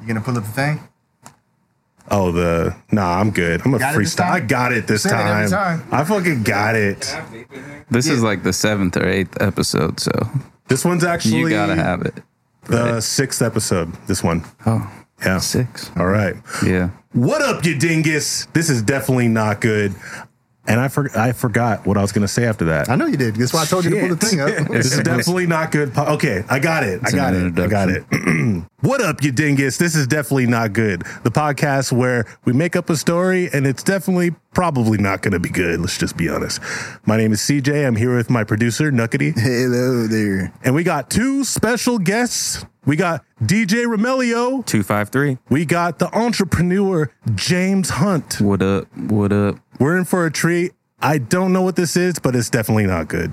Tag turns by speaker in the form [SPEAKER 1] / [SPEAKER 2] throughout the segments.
[SPEAKER 1] You gonna pull up the thing?
[SPEAKER 2] Oh, the nah, I'm good. I'm a
[SPEAKER 1] Got it this
[SPEAKER 2] freestyle. I
[SPEAKER 1] time?
[SPEAKER 2] got it this
[SPEAKER 1] Said it
[SPEAKER 2] time.
[SPEAKER 1] every time.
[SPEAKER 2] I fucking got it.
[SPEAKER 3] This is
[SPEAKER 1] Yeah.
[SPEAKER 3] like the seventh or eighth episode, so
[SPEAKER 2] This one's actually
[SPEAKER 3] you gotta have it.
[SPEAKER 2] the sixth episode. This one.
[SPEAKER 3] Oh,
[SPEAKER 2] Yeah.
[SPEAKER 3] six.
[SPEAKER 2] All right.
[SPEAKER 3] Yeah.
[SPEAKER 2] What up, you dingus? This is definitely not good. And I for, I forgot what I was gonna say after that.
[SPEAKER 1] I know you did. That's why I told you to pull the thing up.
[SPEAKER 2] This is definitely not good. po- okay, I got it. I
[SPEAKER 3] an
[SPEAKER 2] got it. I got it. what up, you dingus? This is definitely not good. The podcast where we make up a story and it's definitely probably not going to be good. Let's just be honest. My name is CJ. I'm here with my producer, Nuckety,
[SPEAKER 1] Hello there.
[SPEAKER 2] and we got two special guests. We got DJ Romelio.
[SPEAKER 3] Two five three.
[SPEAKER 2] We got the entrepreneur, James Hunt.
[SPEAKER 3] What up? What up?
[SPEAKER 2] We're in for a treat. I don't know what this is, but it's definitely not good.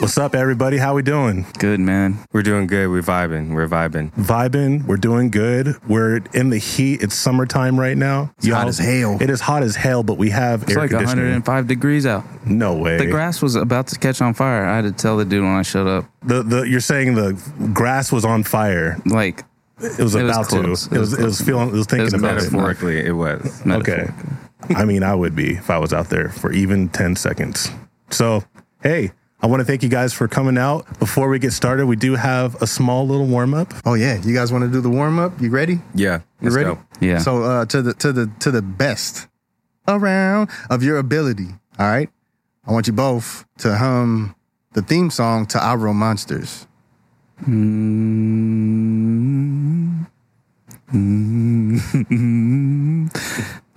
[SPEAKER 2] What's up, everybody? How we doing?
[SPEAKER 3] Good man.
[SPEAKER 4] We're doing good. We're vibing. We're vibing.
[SPEAKER 2] vibing. We're doing good. We're in the heat. It's summertime right now. It's
[SPEAKER 1] hot as hell.
[SPEAKER 2] It is hot as hell, but we have
[SPEAKER 3] It's
[SPEAKER 2] air
[SPEAKER 3] like
[SPEAKER 2] conditioning.
[SPEAKER 3] 105 degrees out.
[SPEAKER 2] no way.
[SPEAKER 3] The grass was about to catch on fire. I had to tell the dude when I showed up.
[SPEAKER 2] The- the- you're saying the grass was on fire.
[SPEAKER 3] Like
[SPEAKER 2] It was
[SPEAKER 3] It was
[SPEAKER 2] about
[SPEAKER 3] close.
[SPEAKER 2] to. It was. It was feeling. It was thinking
[SPEAKER 3] was
[SPEAKER 2] about it.
[SPEAKER 3] metaphor.
[SPEAKER 4] Metaphorically, it was.
[SPEAKER 2] Okay. I mean, I would be if I was out there for even 10 seconds. So, hey, I want to thank you guys for coming out. Before we get started, we do have a small little warm up.
[SPEAKER 1] Oh yeah, you guys want to do the warm up? You ready?
[SPEAKER 4] Yeah.
[SPEAKER 1] You
[SPEAKER 4] let's
[SPEAKER 1] ready?
[SPEAKER 4] go.
[SPEAKER 3] Yeah.
[SPEAKER 1] So uh, to the to the to the best around of your ability. All right. I want you both to hum the theme song to I Row Monsters.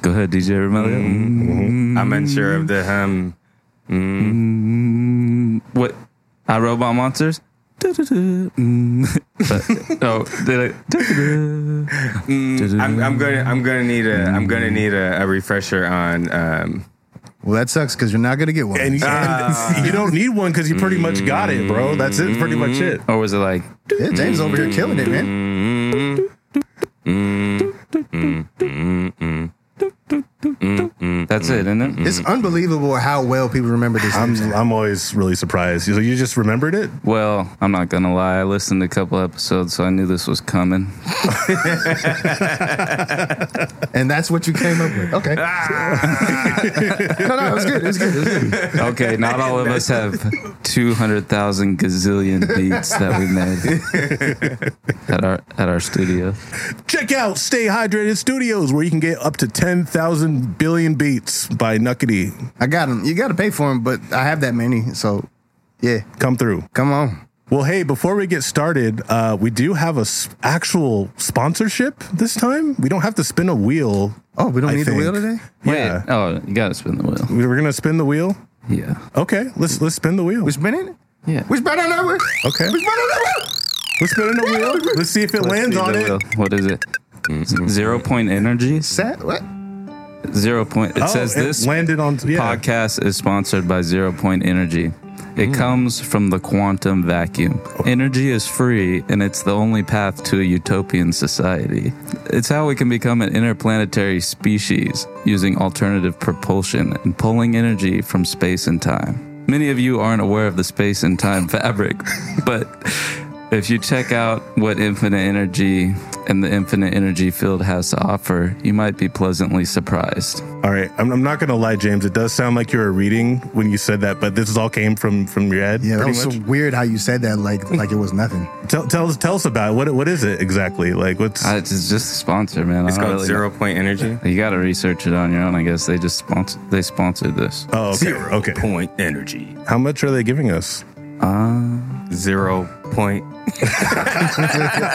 [SPEAKER 3] go ahead, DJ Romelio.
[SPEAKER 4] I'm unsure of the um.
[SPEAKER 3] What? I robot monsters. Du-du-du. Mm. But- oh, did I? du-du-du.
[SPEAKER 4] mm, I'm, I'm gonna. I'm gonna need a. I'm gonna need a, a refresher on. Um,
[SPEAKER 1] Well, that sucks because you're not gonna get one.
[SPEAKER 2] And, and you don't need one because you pretty much got it, bro. That's it. Pretty much it.
[SPEAKER 3] Or was it like?
[SPEAKER 1] yeah, James over here killing it, man.
[SPEAKER 3] That's it, isn't it?
[SPEAKER 1] It's unbelievable how well people remember this.
[SPEAKER 2] I'm
[SPEAKER 1] theme song.
[SPEAKER 2] I'm always really surprised. So you just remembered it?
[SPEAKER 3] Well, I'm not gonna lie. I listened to a couple episodes, so I knew this was coming.
[SPEAKER 1] and that's what you came up with. Okay. Ah. no, no, it was good. It was good. It was good.
[SPEAKER 3] Okay, not all of us have two hundred thousand gazillion beats that we made at our at our studio.
[SPEAKER 2] Check out Stay Hydrated Studios, where you can get up to ten thousand billion beats by Nuckety.
[SPEAKER 1] I got them. You got to pay for them, but I have that many. So, yeah,
[SPEAKER 2] Come through.
[SPEAKER 1] come on.
[SPEAKER 2] Well, hey, before we get started, uh, we do have a s- actual sponsorship this time. We don't have to spin a wheel.
[SPEAKER 1] Oh, we don't
[SPEAKER 2] I
[SPEAKER 1] need the wheel
[SPEAKER 2] think.
[SPEAKER 1] today?
[SPEAKER 3] Wait,
[SPEAKER 2] Yeah,
[SPEAKER 3] oh, you gotta spin the wheel.
[SPEAKER 2] we we're gonna spin the wheel.
[SPEAKER 3] Yeah,
[SPEAKER 2] Okay, let's let's spin the wheel.
[SPEAKER 1] Which minute?
[SPEAKER 3] yeah.
[SPEAKER 1] Which better number?
[SPEAKER 2] Okay,
[SPEAKER 1] Which better number?
[SPEAKER 2] we're spinning the wheel. Let's see if it lands
[SPEAKER 3] Speed
[SPEAKER 2] on
[SPEAKER 3] the
[SPEAKER 2] it.
[SPEAKER 3] wheel. What is it? Zero point energy.
[SPEAKER 1] Set? What?
[SPEAKER 3] Zero point. It
[SPEAKER 2] Oh,
[SPEAKER 3] says this
[SPEAKER 2] landed on yeah.
[SPEAKER 3] podcast is sponsored by Zero Point Energy. It comes from the quantum vacuum. Energy is free, and it's the only path to a utopian society. It's how we can become an interplanetary species using alternative propulsion and pulling energy from space and time. Many of you aren't aware of the space and time fabric, but if you check out what infinite energy and the infinite energy field has to offer, you might be pleasantly surprised.
[SPEAKER 2] All right, I'm, I'm not gonna lie, James. It does sound like you were reading when you said that, but this is all came from from your head.
[SPEAKER 1] Yeah, that
[SPEAKER 2] pretty
[SPEAKER 1] was so
[SPEAKER 2] much.
[SPEAKER 1] weird how you said that, like like it was nothing.
[SPEAKER 2] Tell, tell us tell us about it. what what is it exactly? Like what's
[SPEAKER 3] Uh, it's just a sponsor, man.
[SPEAKER 4] it's
[SPEAKER 3] I don't
[SPEAKER 4] called
[SPEAKER 3] really
[SPEAKER 4] Zero Point Energy.
[SPEAKER 3] know. You got to research it on your own, I guess. They just sponsor. They sponsored this.
[SPEAKER 2] oh okay
[SPEAKER 4] Zero
[SPEAKER 2] okay.
[SPEAKER 4] Point Energy.
[SPEAKER 2] How much are they giving us?
[SPEAKER 4] Zero Point.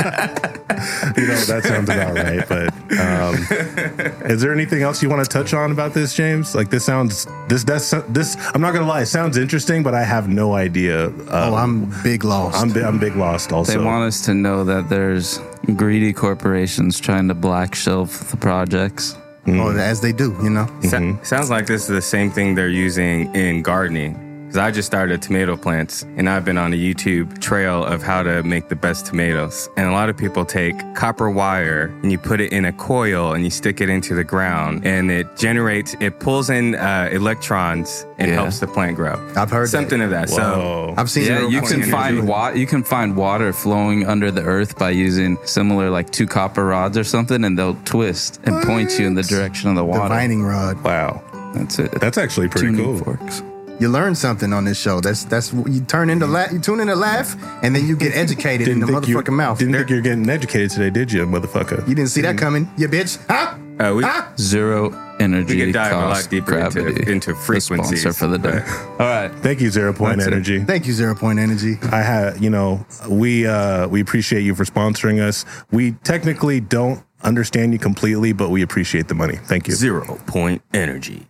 [SPEAKER 2] You know that sounds about right. But um, is there anything else you want to touch on about this, James? Like this sounds this that's this. I'm not gonna lie, it sounds interesting, but I have no idea. Um,
[SPEAKER 1] Oh, I'm big lost.
[SPEAKER 2] I'm bi- I'm big lost also.
[SPEAKER 3] They want us to know that there's greedy corporations trying to black shelf the projects.
[SPEAKER 1] oh, as they do, you know.
[SPEAKER 4] So- sounds like this is the same thing they're using in gardening. 'Cause 'Cause I just started tomato plants and I've been on a YouTube trail of how to make the best tomatoes. And a lot of people take copper wire and you put it in a coil and you stick it into the ground and it generates, it pulls in uh, electrons and
[SPEAKER 3] Yeah.
[SPEAKER 4] helps the plant grow.
[SPEAKER 1] I've heard that.
[SPEAKER 4] something of that. So
[SPEAKER 1] I've seen
[SPEAKER 3] Yeah,
[SPEAKER 1] zero
[SPEAKER 3] you
[SPEAKER 1] point
[SPEAKER 3] can
[SPEAKER 1] energy.
[SPEAKER 3] find wa- you can find water flowing under the earth by using similar like two copper rods or something, and they'll twist and point you in the direction of the
[SPEAKER 1] the
[SPEAKER 3] water.
[SPEAKER 1] vining rod.
[SPEAKER 2] wow,
[SPEAKER 3] That's it.
[SPEAKER 2] that's actually pretty
[SPEAKER 3] Tuning
[SPEAKER 2] cool.
[SPEAKER 3] forks.
[SPEAKER 1] You learn something on this show. That's that's what you turn into laugh. You tune in to laugh, and then you get educated in the
[SPEAKER 2] think you-
[SPEAKER 1] motherfucking mouth.
[SPEAKER 2] Didn't think you were getting educated today, did you, motherfucker?
[SPEAKER 1] you didn't see that coming, you bitch. Huh?
[SPEAKER 4] uh, we,
[SPEAKER 1] Huh?
[SPEAKER 3] Zero energy
[SPEAKER 4] We could dive a lot
[SPEAKER 3] cost
[SPEAKER 4] deeper into-
[SPEAKER 3] gravity.
[SPEAKER 4] into
[SPEAKER 3] The
[SPEAKER 4] frequencies,
[SPEAKER 3] sponsor for the day. All right.
[SPEAKER 2] Thank you, Zero Point
[SPEAKER 3] That's it.
[SPEAKER 2] Energy.
[SPEAKER 1] Thank you, Zero Point Energy.
[SPEAKER 2] I had, you know, we uh, we appreciate you for sponsoring us. We technically don't understand you completely, but we appreciate the money. Thank you.
[SPEAKER 4] zero point energy.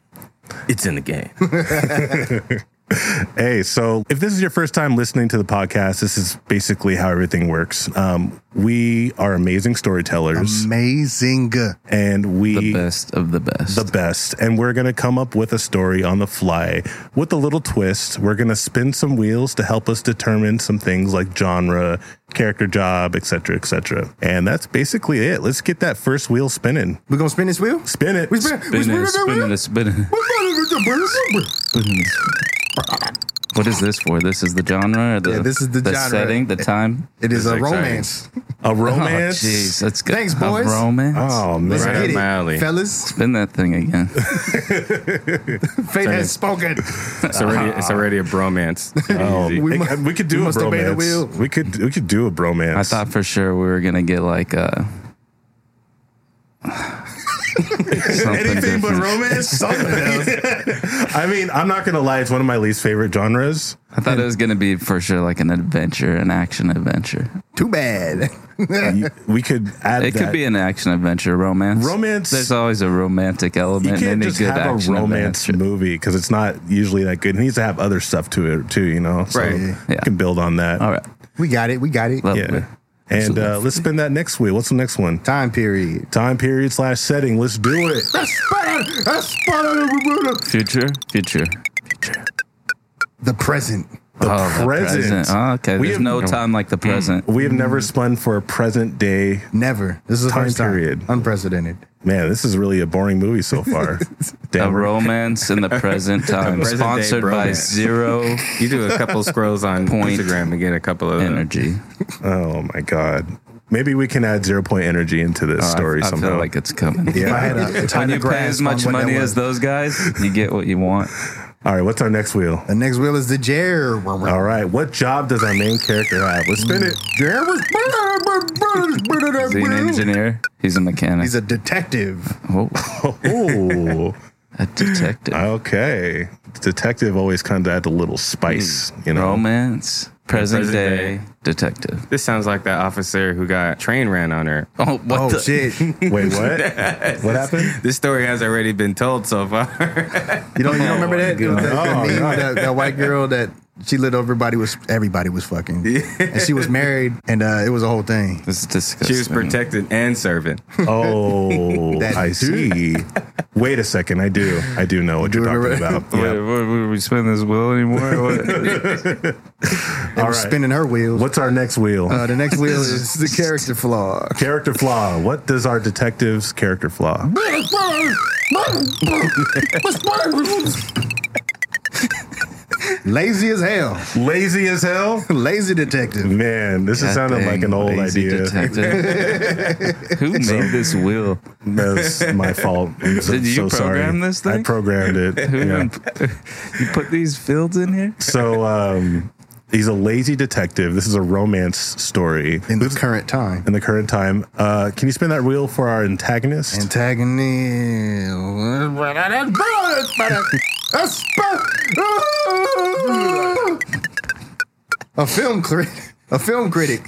[SPEAKER 4] It's in the game.
[SPEAKER 2] Hey, so if this is your first time listening to the podcast, this is basically how everything works. Um, we are amazing storytellers,
[SPEAKER 1] Amazing.
[SPEAKER 2] and we
[SPEAKER 3] Um, The best of the best.
[SPEAKER 2] the best. And we're going to come up with a story on the fly with a little twist. We're going to spin some wheels to help us determine some things like genre, character job, etc., etc. And that's basically it. Let's get that first wheel spinning.
[SPEAKER 1] We're gonna spin this wheel.
[SPEAKER 2] Spin it.
[SPEAKER 1] We spin. we
[SPEAKER 3] spin
[SPEAKER 1] spin
[SPEAKER 3] it,
[SPEAKER 1] it,
[SPEAKER 3] spin it,
[SPEAKER 1] wheel?
[SPEAKER 3] spin it. What is this for? This is the genre. Or the,
[SPEAKER 1] Yeah, this is the
[SPEAKER 3] the
[SPEAKER 1] genre.
[SPEAKER 3] setting, the time.
[SPEAKER 1] It is
[SPEAKER 4] This
[SPEAKER 1] a
[SPEAKER 4] is exciting.
[SPEAKER 1] romance.
[SPEAKER 2] A
[SPEAKER 3] Oh,
[SPEAKER 2] romance.
[SPEAKER 3] jeez, that's good.
[SPEAKER 1] Thanks,
[SPEAKER 3] A
[SPEAKER 1] boys.
[SPEAKER 3] romance.
[SPEAKER 2] Oh, man.
[SPEAKER 1] Let's
[SPEAKER 4] Right
[SPEAKER 1] get
[SPEAKER 4] up
[SPEAKER 1] it,
[SPEAKER 4] my alley.
[SPEAKER 1] fellas.
[SPEAKER 3] Spin that thing again.
[SPEAKER 1] Fate has spoken.
[SPEAKER 4] It's already it's already a bromance.
[SPEAKER 2] Oh,
[SPEAKER 4] Easy.
[SPEAKER 1] We
[SPEAKER 2] we,
[SPEAKER 1] mu-
[SPEAKER 2] we could do
[SPEAKER 1] we
[SPEAKER 2] a
[SPEAKER 1] must obey the wheel.
[SPEAKER 2] bromance. We could we could do a bromance.
[SPEAKER 3] I thought for sure we were gonna get like uh something
[SPEAKER 2] anything but
[SPEAKER 3] different.
[SPEAKER 2] romance. something else. I mean, I'm not gonna lie. It's one of my least favorite genres.
[SPEAKER 3] I thought it was gonna be for sure like an adventure, an action adventure.
[SPEAKER 1] Too bad.
[SPEAKER 2] You- we could add.
[SPEAKER 3] It could
[SPEAKER 2] that.
[SPEAKER 3] be an action adventure romance.
[SPEAKER 2] Romance-
[SPEAKER 3] There's always a romantic
[SPEAKER 2] You
[SPEAKER 3] element in
[SPEAKER 2] can't
[SPEAKER 3] any
[SPEAKER 2] just
[SPEAKER 3] good
[SPEAKER 2] have a
[SPEAKER 3] action
[SPEAKER 2] romance
[SPEAKER 3] adventure.
[SPEAKER 2] movie because it's not usually that good. It needs to have other stuff to it too, you know. So
[SPEAKER 4] Right.
[SPEAKER 2] You
[SPEAKER 3] Yeah.
[SPEAKER 2] can build on that.
[SPEAKER 3] All right.
[SPEAKER 1] We got it. We got it.
[SPEAKER 3] Lovely.
[SPEAKER 2] Yeah. And uh, let's spin that next wheel. What's the next one?
[SPEAKER 1] Time period.
[SPEAKER 2] Time period slash setting. Let's do it.
[SPEAKER 3] Future? Future.
[SPEAKER 1] The present.
[SPEAKER 2] The
[SPEAKER 3] Oh, the
[SPEAKER 2] present.
[SPEAKER 3] Oh, okay.
[SPEAKER 2] We
[SPEAKER 3] There's
[SPEAKER 2] have- Mm.
[SPEAKER 3] no time like the present.
[SPEAKER 2] We have never spun for a present day.
[SPEAKER 1] Never. This is the
[SPEAKER 2] Time
[SPEAKER 1] first time.
[SPEAKER 2] period.
[SPEAKER 1] Unprecedented.
[SPEAKER 2] Man, this is really a boring movie so far.
[SPEAKER 3] A
[SPEAKER 2] Damn.
[SPEAKER 3] romance in the present time.
[SPEAKER 4] present day
[SPEAKER 3] Sponsored by
[SPEAKER 4] romance.
[SPEAKER 3] Zero
[SPEAKER 4] You do a couple scrolls on
[SPEAKER 3] Point.
[SPEAKER 4] Instagram and get a couple of
[SPEAKER 3] Energy.
[SPEAKER 2] Oh my god. Maybe we can add zero point energy into this story
[SPEAKER 3] Oh, I, I
[SPEAKER 2] somehow.
[SPEAKER 3] feel like it's coming.
[SPEAKER 1] If I had a
[SPEAKER 3] When
[SPEAKER 1] time
[SPEAKER 3] you pay as much money as those guys, you get what you want.
[SPEAKER 2] All right, what's our next wheel?
[SPEAKER 1] The next wheel is the Jer.
[SPEAKER 2] All right, what job does our main character have? Let's spin it.
[SPEAKER 1] Jer
[SPEAKER 3] Is he an
[SPEAKER 1] was.
[SPEAKER 3] engineer? He's a mechanic.
[SPEAKER 1] He's a detective.
[SPEAKER 3] oh,
[SPEAKER 2] Oh,
[SPEAKER 3] a detective.
[SPEAKER 2] okay. Detective always kind of adds a little spice,
[SPEAKER 3] Hmm.
[SPEAKER 2] you know.
[SPEAKER 3] Romance. Present,
[SPEAKER 4] Present
[SPEAKER 3] day,
[SPEAKER 4] day.
[SPEAKER 3] detective.
[SPEAKER 4] This sounds like that officer who got train ran on her.
[SPEAKER 3] Oh, what
[SPEAKER 1] Oh
[SPEAKER 3] the?
[SPEAKER 1] shit! You
[SPEAKER 2] Wait, what? what happened?
[SPEAKER 4] This story has already been told so far.
[SPEAKER 1] don't you don't remember that? It was that, that
[SPEAKER 2] Oh,
[SPEAKER 1] meme,
[SPEAKER 2] God.
[SPEAKER 1] that, that white girl that she let everybody was everybody was fucking, and she was married, and uh, it was a whole thing.
[SPEAKER 3] This is
[SPEAKER 4] she
[SPEAKER 3] disgusting.
[SPEAKER 4] was protected and serving.
[SPEAKER 2] Oh,
[SPEAKER 1] That
[SPEAKER 2] I see. Wait a second. I do. I do know what
[SPEAKER 1] Do
[SPEAKER 2] you're
[SPEAKER 1] you
[SPEAKER 2] talking
[SPEAKER 1] remember-
[SPEAKER 2] about. Yeah.
[SPEAKER 3] we spend this will anymore?
[SPEAKER 1] They were
[SPEAKER 2] right.
[SPEAKER 1] spinning her wheels.
[SPEAKER 2] What's our next wheel?
[SPEAKER 1] Uh, the next wheel is the character flaw.
[SPEAKER 2] character flaw. What does our detective's character flaw?
[SPEAKER 1] Lazy as hell.
[SPEAKER 2] Lazy as hell.
[SPEAKER 1] Lazy detective.
[SPEAKER 2] Man, this is sounding like an old idea.
[SPEAKER 3] Detective. Who made this will?
[SPEAKER 2] That's my fault. I'm so,
[SPEAKER 3] Did you
[SPEAKER 2] so sorry.
[SPEAKER 3] program this
[SPEAKER 2] I
[SPEAKER 3] thing?
[SPEAKER 2] programmed it.
[SPEAKER 3] Who
[SPEAKER 2] yeah.
[SPEAKER 3] even, you put these fields in here?
[SPEAKER 2] So um, he's a lazy detective. This is a romance story
[SPEAKER 1] In the current time.
[SPEAKER 2] in the current time. Uh, can you spin that wheel for our antagonist?
[SPEAKER 1] Antagonist. A film critic. A film critic.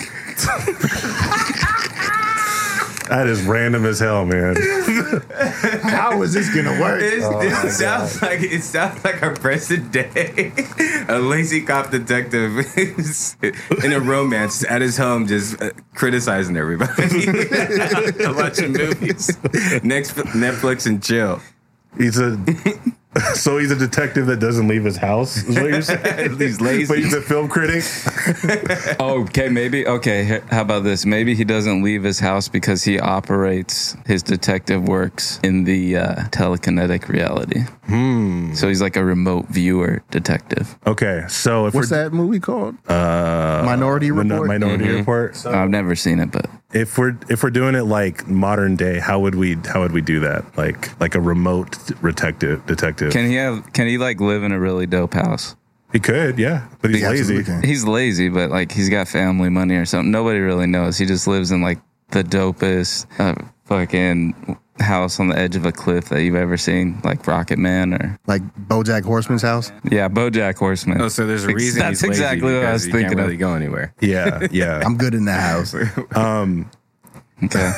[SPEAKER 2] that is random as hell, man.
[SPEAKER 1] How is this gonna work?
[SPEAKER 4] It,
[SPEAKER 3] Oh
[SPEAKER 4] it sounds like it sounds like our present day, a lazy cop detective is in a romance at his home, just uh, criticizing everybody, watching movies, next Netflix and chill.
[SPEAKER 2] He's a So he's a detective that doesn't leave his house. Is what you're saying?
[SPEAKER 4] He's lazy.
[SPEAKER 2] But he's a film critic.
[SPEAKER 3] Oh, Okay, maybe. Okay, here- how about this? Maybe he doesn't leave his house because he operates his detective works in the uh, telekinetic reality. Hmm. So he's like a remote viewer detective.
[SPEAKER 2] Okay, so if
[SPEAKER 1] What's
[SPEAKER 2] we're
[SPEAKER 1] that movie called? Minority
[SPEAKER 2] Min-
[SPEAKER 1] Report. Mm-hmm.
[SPEAKER 2] Minority Report.
[SPEAKER 3] I've never seen it, but
[SPEAKER 2] if we're if we're doing it like modern day, how would we how would we do that? Like like a remote detective detective.
[SPEAKER 3] can he have? Can he like live in a really dope house?
[SPEAKER 2] he could, yeah, but he's
[SPEAKER 1] He absolutely
[SPEAKER 2] lazy.
[SPEAKER 1] can.
[SPEAKER 3] He's lazy, but like he's got family money or something. Nobody really knows. He just lives in like the dopest uh, fucking house on the edge of a cliff that you've ever seen, like Rocket Man or
[SPEAKER 1] Like BoJack Horseman's house.
[SPEAKER 3] yeah, BoJack Horseman.
[SPEAKER 4] Oh, so there's a
[SPEAKER 3] Ex-
[SPEAKER 4] reason
[SPEAKER 3] That's
[SPEAKER 4] he's lazy
[SPEAKER 3] exactly what I
[SPEAKER 4] because
[SPEAKER 3] was
[SPEAKER 4] he
[SPEAKER 3] thinking
[SPEAKER 4] can't
[SPEAKER 3] of.
[SPEAKER 4] really go anywhere.
[SPEAKER 2] Yeah, yeah.
[SPEAKER 1] I'm good in the house.
[SPEAKER 3] Okay.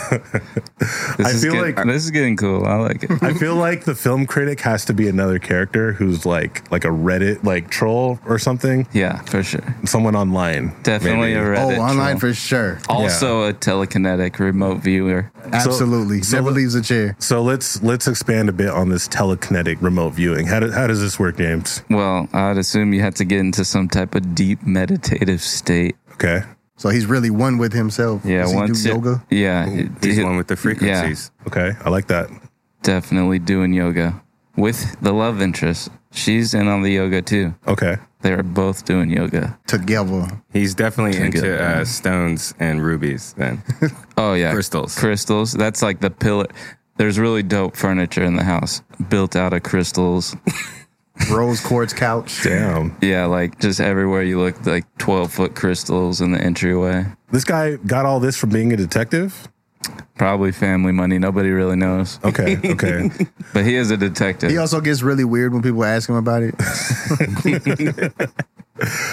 [SPEAKER 3] This
[SPEAKER 2] I
[SPEAKER 3] is
[SPEAKER 2] feel
[SPEAKER 3] get-
[SPEAKER 2] like-
[SPEAKER 3] this is getting cool. I like it.
[SPEAKER 2] I feel like the film critic has to be another character who's like like a Reddit like troll or something.
[SPEAKER 3] Yeah, for sure.
[SPEAKER 2] Someone online.
[SPEAKER 3] Definitely
[SPEAKER 2] maybe.
[SPEAKER 3] a
[SPEAKER 1] Oh,
[SPEAKER 3] Reddit.
[SPEAKER 1] online
[SPEAKER 3] troll.
[SPEAKER 1] for sure.
[SPEAKER 3] Also a telekinetic remote viewer.
[SPEAKER 1] Absolutely.
[SPEAKER 2] so
[SPEAKER 1] Never
[SPEAKER 2] let-
[SPEAKER 1] leaves a chair.
[SPEAKER 2] So let's let's expand a bit on this telekinetic remote viewing. How do, how does this work, James?
[SPEAKER 3] Well, I'd assume you had to get into some type of deep meditative state.
[SPEAKER 2] Okay.
[SPEAKER 1] So he's really one with himself.
[SPEAKER 3] Yeah,
[SPEAKER 1] Does he
[SPEAKER 3] once
[SPEAKER 1] do
[SPEAKER 3] you-
[SPEAKER 1] yoga.
[SPEAKER 3] Yeah,
[SPEAKER 4] He's
[SPEAKER 3] it-
[SPEAKER 4] one with the frequencies.
[SPEAKER 2] Okay. I like that.
[SPEAKER 3] definitely doing yoga with the love interest. She's in on the yoga too.
[SPEAKER 2] Okay.
[SPEAKER 3] They are both doing yoga.
[SPEAKER 1] Together.
[SPEAKER 4] He's definitely
[SPEAKER 3] Pretty
[SPEAKER 4] into
[SPEAKER 3] good.
[SPEAKER 4] uh, stones and rubies. Then
[SPEAKER 3] Oh yeah,
[SPEAKER 4] Crystals.
[SPEAKER 3] Crystals. That's like the pillar. There's really dope furniture in the house built out of crystals.
[SPEAKER 1] Rose quartz couch.
[SPEAKER 2] Damn.
[SPEAKER 3] Yeah, like just everywhere you look, like 12 foot crystals in the entryway.
[SPEAKER 2] This guy got all this from being a detective?
[SPEAKER 3] Probably family money. Nobody really knows.
[SPEAKER 2] Okay. Okay.
[SPEAKER 3] But he is a detective.
[SPEAKER 1] He also gets really weird when people ask him about it.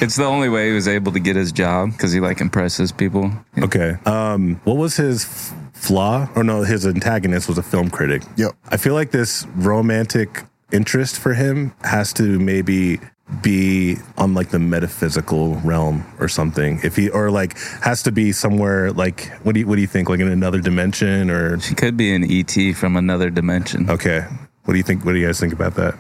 [SPEAKER 3] it's the only way he was able to get his job because he like impresses people.
[SPEAKER 2] Okay. Um, what was his f- flaw? Or no, his antagonist was a film critic.
[SPEAKER 1] Yep.
[SPEAKER 2] I feel like this romantic interest for him has to maybe be on like the metaphysical realm or something. If he or like has to be somewhere like what do you what do you think? Like in another dimension or
[SPEAKER 3] She could be an ET from another dimension.
[SPEAKER 2] okay. What do you think? What do you guys think about that?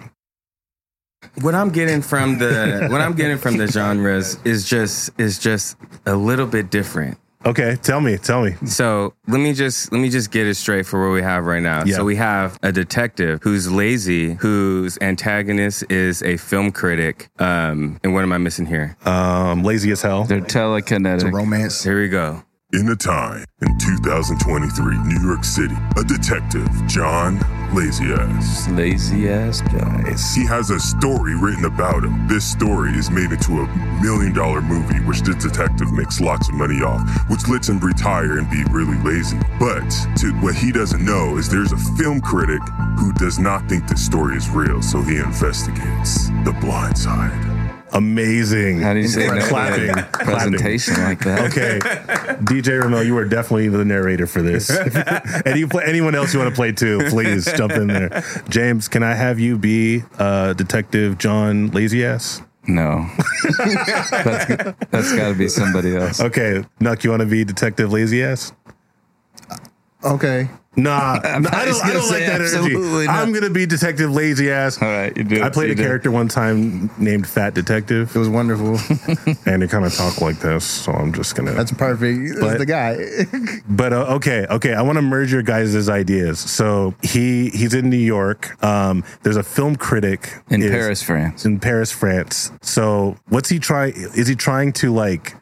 [SPEAKER 4] what I'm getting from the what I'm getting from the genres is just is just a little bit different.
[SPEAKER 2] Okay, tell me, tell me.
[SPEAKER 4] So let me just let me just get it straight for what we have right now.
[SPEAKER 2] Yeah.
[SPEAKER 4] So we have a detective who's lazy, whose antagonist is a film critic. Um, and what am I missing here?
[SPEAKER 2] Um, lazy as hell.
[SPEAKER 3] They're telekinetic.
[SPEAKER 1] Romance.
[SPEAKER 4] Here we go.
[SPEAKER 5] In a time in 2023, New York City, a detective, John Lazyass.
[SPEAKER 3] Lazy ass guys.
[SPEAKER 5] He has a story written about him. This story is made into a million dollar movie, which the detective makes lots of money off, which lets him retire and be really lazy. But to, what he doesn't know is there's a film critic who does not think this story is real, so he investigates the blind side.
[SPEAKER 2] Amazing.
[SPEAKER 3] How do you say no to
[SPEAKER 2] Clapping,
[SPEAKER 3] a
[SPEAKER 2] clapping.
[SPEAKER 3] presentation like that?
[SPEAKER 2] Okay, DJ Ramel, you are definitely the narrator for this. and you play anyone else you want to play too, please jump in there. James, can I have you be uh, Detective John Lazyass?
[SPEAKER 3] No. that's that's got to be somebody else.
[SPEAKER 2] Okay, Nuck, you want to be Detective Lazyass?
[SPEAKER 1] Okay.
[SPEAKER 2] Nah, nah, I don't,
[SPEAKER 3] just
[SPEAKER 2] I don't
[SPEAKER 3] gonna
[SPEAKER 2] like
[SPEAKER 3] say
[SPEAKER 2] that energy.
[SPEAKER 3] absolutely not.
[SPEAKER 2] I'm gonna be Detective Lazyass.
[SPEAKER 3] All right, you do.
[SPEAKER 2] I
[SPEAKER 3] it,
[SPEAKER 2] played a
[SPEAKER 3] you do it.
[SPEAKER 2] character one time named Fat Detective,
[SPEAKER 1] It was wonderful.
[SPEAKER 2] and he kind of talked like this, so I'm just gonna.
[SPEAKER 1] That's perfect. That's
[SPEAKER 2] But-
[SPEAKER 1] the guy.
[SPEAKER 2] But uh, okay, okay, I want to merge your guys' ideas. So he he's in New York. Um, there's a film critic
[SPEAKER 3] in
[SPEAKER 2] is-
[SPEAKER 3] Paris, France.
[SPEAKER 2] in Paris, France. So what's he trying? Is he trying to like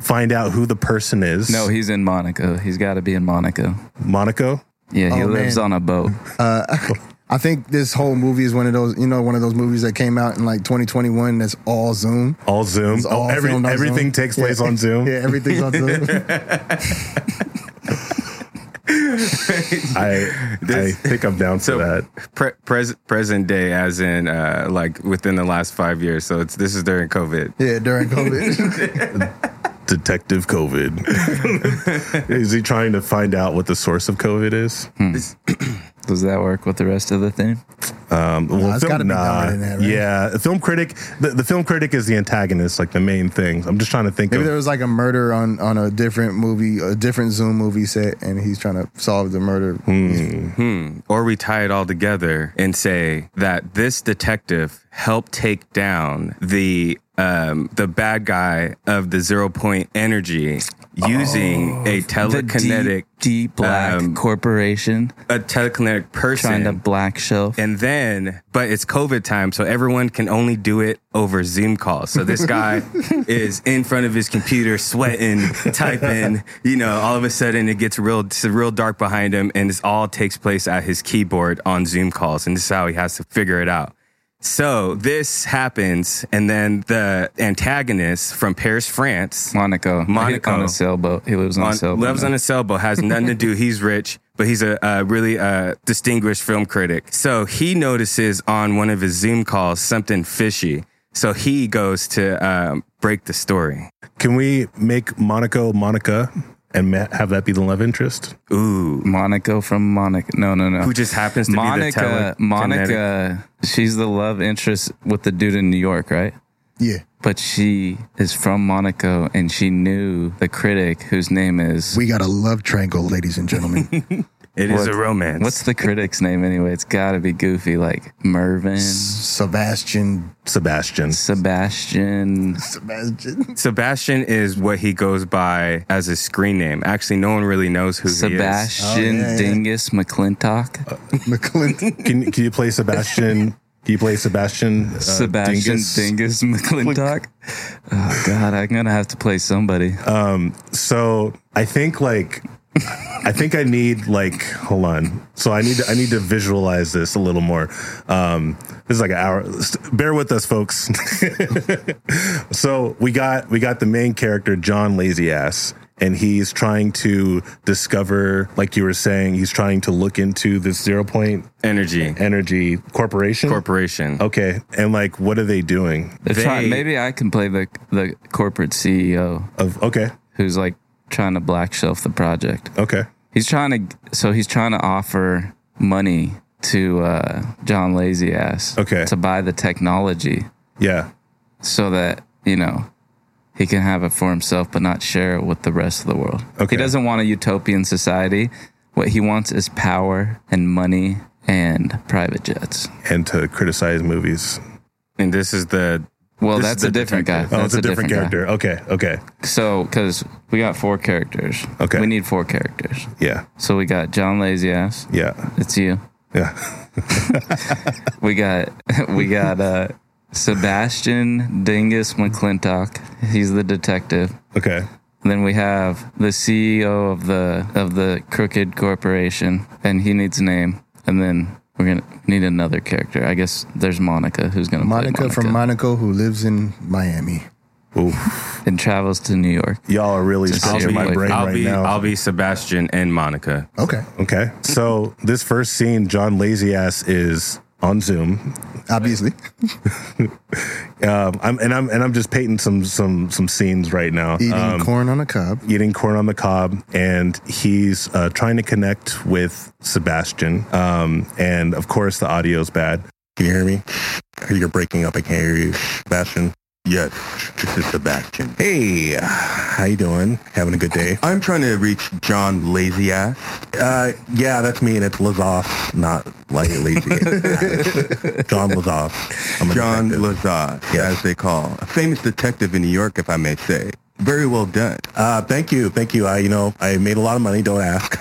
[SPEAKER 2] find out who the person is?
[SPEAKER 3] No, he's in Monaco. He's got to be in Monaco.
[SPEAKER 2] Monaco.
[SPEAKER 3] Yeah, he
[SPEAKER 1] Oh,
[SPEAKER 3] lives
[SPEAKER 1] man.
[SPEAKER 3] on a boat.
[SPEAKER 1] I think this whole movie is one of those, you know, one of those movies that came out in like 2021 that's all Zoom.
[SPEAKER 2] All Zoom.
[SPEAKER 1] It's all
[SPEAKER 2] oh, every,
[SPEAKER 1] filmed on
[SPEAKER 2] everything
[SPEAKER 1] Zoom.
[SPEAKER 2] takes place
[SPEAKER 1] Yeah.
[SPEAKER 2] on Zoom.
[SPEAKER 1] Yeah, everything's on Zoom.
[SPEAKER 2] I I think I'm down
[SPEAKER 4] So
[SPEAKER 2] for that.
[SPEAKER 4] Pre- pres- present day, as in uh, like within the last five years. So it's this is during COVID.
[SPEAKER 1] yeah, during COVID.
[SPEAKER 2] Detective COVID. is he trying to find out what the source of COVID is?
[SPEAKER 3] Does that work with the rest of the theme?
[SPEAKER 2] Um, well,
[SPEAKER 1] it's
[SPEAKER 2] film-
[SPEAKER 1] gotta be
[SPEAKER 2] nah.
[SPEAKER 1] dumber than that, right?
[SPEAKER 2] Yeah, the film critic. The, the film critic is the antagonist, like the main thing. I'm just trying to think
[SPEAKER 1] Maybe
[SPEAKER 2] of.
[SPEAKER 1] there was like a murder on on a different movie, a different Zoom movie set, and he's trying to solve the murder.
[SPEAKER 4] Or we tie it all together and say that this detective helped take down the um, the bad guy of the zero point energy using a
[SPEAKER 3] Oh, The
[SPEAKER 4] telekinetic
[SPEAKER 3] deep, deep black
[SPEAKER 4] um,
[SPEAKER 3] corporation
[SPEAKER 4] a telekinetic
[SPEAKER 3] trying
[SPEAKER 4] person.
[SPEAKER 3] to black shelf.
[SPEAKER 4] and then, but it's COVID time, so everyone can only do it over Zoom calls. So this guy is in front of his computer, sweating, typing. You know, all of a sudden it gets real, it's real dark behind him, and this all takes place at his keyboard on Zoom calls, and this is how he has to figure it out. So this happens, and then the antagonist from Paris, France,
[SPEAKER 3] Monaco.
[SPEAKER 4] Monaco.
[SPEAKER 3] On a sailboat. He lives on, a
[SPEAKER 4] on,
[SPEAKER 3] sailboat.
[SPEAKER 4] lives on
[SPEAKER 3] now.
[SPEAKER 4] a sailboat, has nothing to do. He's rich, but he's a, uh really uh, distinguished film critic. So he notices on one of his Zoom calls something fishy. So he goes to um, break the story.
[SPEAKER 2] can we make Monaco Monica and ma- have that be the love interest?
[SPEAKER 4] Ooh,
[SPEAKER 3] Monaco from Monica. No, no, no.
[SPEAKER 4] who just happens to be the
[SPEAKER 3] Monica.
[SPEAKER 4] telekinetic-
[SPEAKER 3] Monica. She's the love interest with the dude in New York, right?
[SPEAKER 1] Yeah,
[SPEAKER 3] But she is from Monaco, and she knew the critic whose name is.
[SPEAKER 1] we got a love triangle, ladies and gentlemen.
[SPEAKER 4] It is
[SPEAKER 3] What-
[SPEAKER 4] a romance.
[SPEAKER 3] What's the critic's name anyway? It's got to be Goofy, like Mervin,
[SPEAKER 1] Sebastian,
[SPEAKER 2] Sebastian.
[SPEAKER 3] Sebastian.
[SPEAKER 1] Sebastian,
[SPEAKER 4] Sebastian is what he goes by as his screen name. Actually, no one really knows who
[SPEAKER 1] Oh,
[SPEAKER 3] Sebastian
[SPEAKER 1] yeah, yeah.
[SPEAKER 3] Dingus McClintock.
[SPEAKER 1] McClinton.
[SPEAKER 2] Can can you play Sebastian? Can you play Sebastian? uh,
[SPEAKER 3] Sebastian
[SPEAKER 2] Dingus?
[SPEAKER 3] Dingus, McClintock. Oh, God, I'm going to have to play somebody.
[SPEAKER 2] So I think like I think I need like hold on. So I need to, I need to visualize this a little more. Um, this is like an hour. Bear with us, folks. so we got we got the main character John Lazy Ass, and he's trying to discover, like you were saying, he's trying to look into this Zero Point
[SPEAKER 4] he is. Energy
[SPEAKER 2] Energy Corporation.
[SPEAKER 4] Corporation.
[SPEAKER 2] okay, and like what are they doing?
[SPEAKER 3] They're
[SPEAKER 4] they-
[SPEAKER 3] trying- maybe I can play the, the corporate CEO
[SPEAKER 2] Of okay,
[SPEAKER 3] who's like trying to black shelf the project.
[SPEAKER 2] okay,
[SPEAKER 3] He's trying to, so he's trying to offer money to uh, John Lazy Ass
[SPEAKER 2] Okay.
[SPEAKER 3] to buy the technology.
[SPEAKER 2] yeah.
[SPEAKER 3] so that you know he can have it for himself but not share it with the rest of the world
[SPEAKER 2] Okay.
[SPEAKER 3] he doesn't want a utopian society what he wants is power and money and private jets
[SPEAKER 2] And to criticize movies.
[SPEAKER 4] And this is the
[SPEAKER 3] well
[SPEAKER 4] This is
[SPEAKER 3] Oh, that's
[SPEAKER 4] the
[SPEAKER 3] a different
[SPEAKER 4] detective.
[SPEAKER 3] guy
[SPEAKER 2] Oh,
[SPEAKER 3] that's
[SPEAKER 2] it's a different,
[SPEAKER 3] guy.
[SPEAKER 2] character. Okay, okay.
[SPEAKER 3] so because we got four characters
[SPEAKER 2] Okay.
[SPEAKER 3] we need four characters
[SPEAKER 2] Yeah,
[SPEAKER 3] so we got john lazy ass
[SPEAKER 2] yeah,
[SPEAKER 3] it's you
[SPEAKER 2] yeah.
[SPEAKER 3] we got we got uh sebastian dingus mcclintock he's the detective
[SPEAKER 2] Okay,
[SPEAKER 3] Then we have the CEO of the of the crooked corporation, and he needs a name. And then we're gonna need another character. I guess there's Monica, who's gonna play
[SPEAKER 1] Monica
[SPEAKER 3] Monica
[SPEAKER 1] from Monaco, who lives in Miami.
[SPEAKER 3] and travels to New York.
[SPEAKER 2] y'all are really
[SPEAKER 3] Just
[SPEAKER 2] stretching
[SPEAKER 3] say
[SPEAKER 2] my
[SPEAKER 3] like-
[SPEAKER 2] brain
[SPEAKER 4] I'll
[SPEAKER 2] right
[SPEAKER 4] be
[SPEAKER 2] now.
[SPEAKER 4] I'll be Sebastian and Monica.
[SPEAKER 1] Okay,
[SPEAKER 2] okay, so this first scene, John Lazy Ass is on Zoom,
[SPEAKER 1] obviously.
[SPEAKER 2] um, I'm, and I'm and I'm just painting some some some scenes right now.
[SPEAKER 1] Eating
[SPEAKER 2] Um,
[SPEAKER 1] corn on a cob.
[SPEAKER 2] eating corn on the cob and he's uh, trying to connect with sebastian um, and of course the audio's bad
[SPEAKER 6] Can you hear me? You're breaking up. I can't hear you, Sebastian. Yes, this is Sebastian. Hey, how you doing? Having a good day? I'm trying to reach John Lazy Ass. Uh, yeah, that's me, and it's Lazoff, not like Lazy Ass. John Lazoff. I'm a
[SPEAKER 7] John
[SPEAKER 6] detective.
[SPEAKER 7] Lazar, as they call, a famous detective in New York, if I may say. Very well done.
[SPEAKER 6] Uh, thank you, thank you. I, you know, I made a lot of money. Don't ask.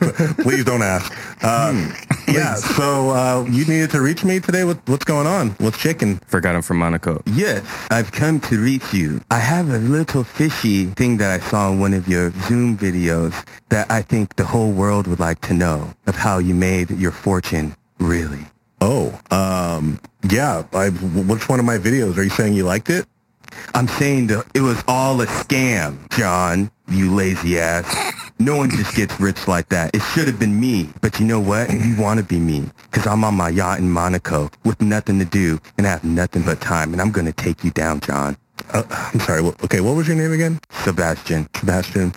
[SPEAKER 6] Please don't ask. Um,
[SPEAKER 7] Hmm.
[SPEAKER 6] yeah. So uh, you needed to reach me today. What, what's going on? What's shaking?
[SPEAKER 4] Forgot him from Monaco.
[SPEAKER 7] Yes, I've come to reach you. I have a little fishy thing that I saw in one of your Zoom videos that I think the whole world would like to know of how you made your fortune, really.
[SPEAKER 6] Oh, um, yeah. I, which one of my videos? Are you saying you liked it?
[SPEAKER 7] I'm saying that it was all a scam, John, you lazy ass. No one just gets rich like that. It should have been me. But you know what? You want to be me. Because I'm on my yacht in Monaco with nothing to do and I have nothing but time. And I'm going to take you down, John.
[SPEAKER 6] Uh, I'm sorry. wh- Okay, what was your name again?
[SPEAKER 7] Sebastian.
[SPEAKER 6] Sebastian.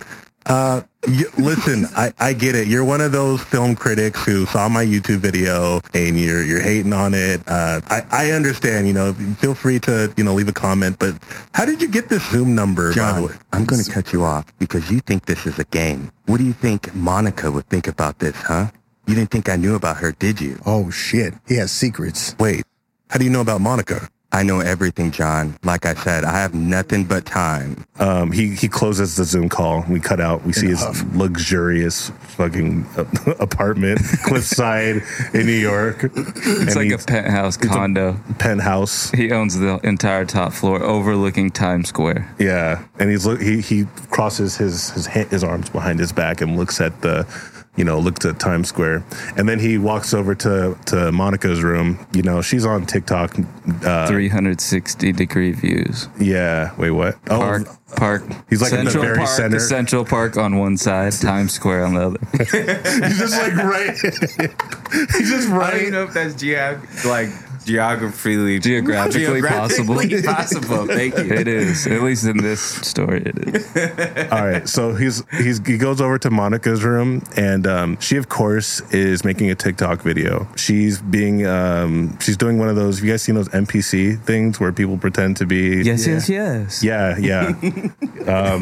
[SPEAKER 6] Uh, you, listen, I, I get it. You're one of those film critics who saw my YouTube video and you're you're hating on it. Uh, I, I understand. You know, feel free to you know leave a comment. But how did you get this Zoom number? by the way?
[SPEAKER 7] John, I'm going to cut you off because you think this is a game. What do you think Monica would think about this, huh? You didn't think I knew about her, did you?
[SPEAKER 1] Oh shit, he has secrets.
[SPEAKER 6] Wait, how do you know about Monica?
[SPEAKER 7] I know everything, John. Like I said, I have nothing but time.
[SPEAKER 2] Um, he he closes the Zoom call. We cut out. We see his luxurious fucking uh, apartment, cliffside in New York.
[SPEAKER 3] It's like a penthouse condo.
[SPEAKER 2] penthouse.
[SPEAKER 3] he owns the entire top floor overlooking Times Square.
[SPEAKER 2] Yeah, and he's look. He he crosses his his ha- his arms behind his back and looks at the, you know, looks at Times Square, and then he walks over to to Monica's room. You know, she's on TikTok. Uh,
[SPEAKER 3] 360 degree views.
[SPEAKER 2] yeah. Wait, what? Oh,
[SPEAKER 3] Park, park.
[SPEAKER 2] He's like in the very
[SPEAKER 3] Park,
[SPEAKER 2] center.
[SPEAKER 3] Central Park on one side, Times Square on the other.
[SPEAKER 2] he's just like right. he's just
[SPEAKER 4] I don't
[SPEAKER 2] right.
[SPEAKER 4] even know if that's geog- like geographically
[SPEAKER 3] Geographically possible.
[SPEAKER 4] geographically possible. Thank you.
[SPEAKER 3] It is, at least in this story, it is.
[SPEAKER 2] All right, so he's he's he goes over to Monica's room, and um, she of course is making a TikTok video. She's being um, she's doing one of those. You guys seen those NPC things where people pretend to be?
[SPEAKER 3] Yes, yes, yes.
[SPEAKER 2] Yeah, yeah,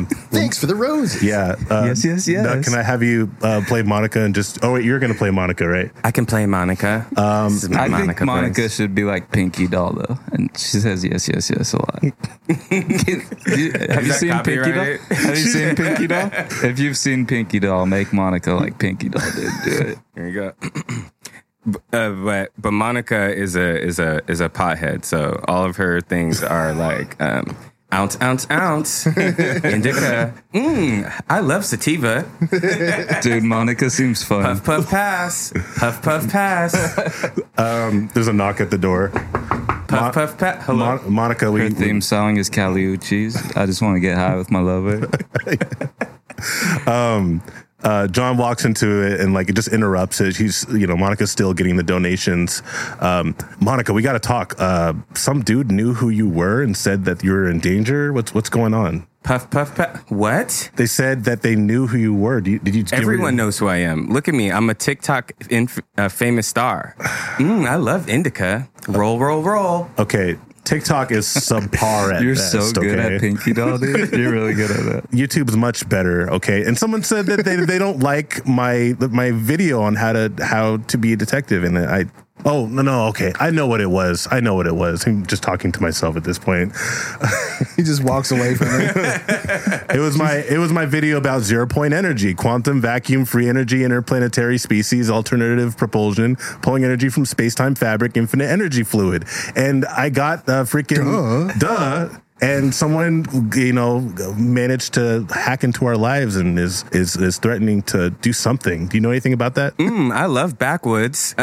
[SPEAKER 1] Thanks for the roses.
[SPEAKER 2] yeah. Uh,
[SPEAKER 3] Yes, yes, yes.
[SPEAKER 2] now Can I have you uh, play Monica and just? Oh wait, you're gonna play Monica, right?
[SPEAKER 4] I can play Monica. Um, this is my
[SPEAKER 3] I
[SPEAKER 4] Monica.
[SPEAKER 3] think Monica
[SPEAKER 4] voice.
[SPEAKER 3] should be like Pinky Doll though, and she says yes, yes, yes a lot. Can- do you- have you
[SPEAKER 4] that
[SPEAKER 3] seen Pinky Doll?
[SPEAKER 4] copyrighted?
[SPEAKER 3] Have you seen Pinky Doll? If you've seen Pinky Doll, make Monica like Pinky Doll did. Do it.
[SPEAKER 4] There you go. B- Uh, but but Monica is a is a is a pothead, so all of her things are like um, ounce ounce ounce indica. Mm, I love sativa.
[SPEAKER 3] Dude, Monica seems fun.
[SPEAKER 4] Puff puff pass. Puff puff pass.
[SPEAKER 2] There's a knock at the door. Mon-
[SPEAKER 4] Puff puff pass. Hello.
[SPEAKER 2] Mon- Monica, we,
[SPEAKER 3] Her theme song is Caliuchis. I just want to get high with my lover.
[SPEAKER 2] uh, John walks into it and like it just interrupts it. He's you know Monica's still getting the donations. Um, Monica, we got to talk. Uh, some dude knew who you were and said that you were in danger. What's what's going on?
[SPEAKER 4] Puff puff pass. What?
[SPEAKER 2] They said that they knew who you were. Do you, did you? give her-
[SPEAKER 4] Everyone knows who I am. Look at me. I'm a TikTok inf- uh, famous star. Mm, I love indica. Roll, roll, roll.
[SPEAKER 2] Okay, TikTok is subpar at
[SPEAKER 3] You're
[SPEAKER 2] best.
[SPEAKER 3] so good
[SPEAKER 2] okay?
[SPEAKER 3] at Pinky Doll, dude. You're really good at that.
[SPEAKER 2] YouTube's much better, okay? And someone said that they, they don't like my my video on how to how to be a detective, and I oh no no okay I know what it was I know what it was. I'm just talking to myself at this point.
[SPEAKER 1] He just walks away from her.
[SPEAKER 2] It was my it was my video about zero point energy, quantum vacuum free energy, interplanetary species, alternative propulsion, pulling energy from space time fabric, infinite energy fluid, and I got uh, freaking duh. And someone, you know, managed to hack into our lives and is is is threatening to do something. Do you know anything about that?
[SPEAKER 4] Mm, I love backwoods.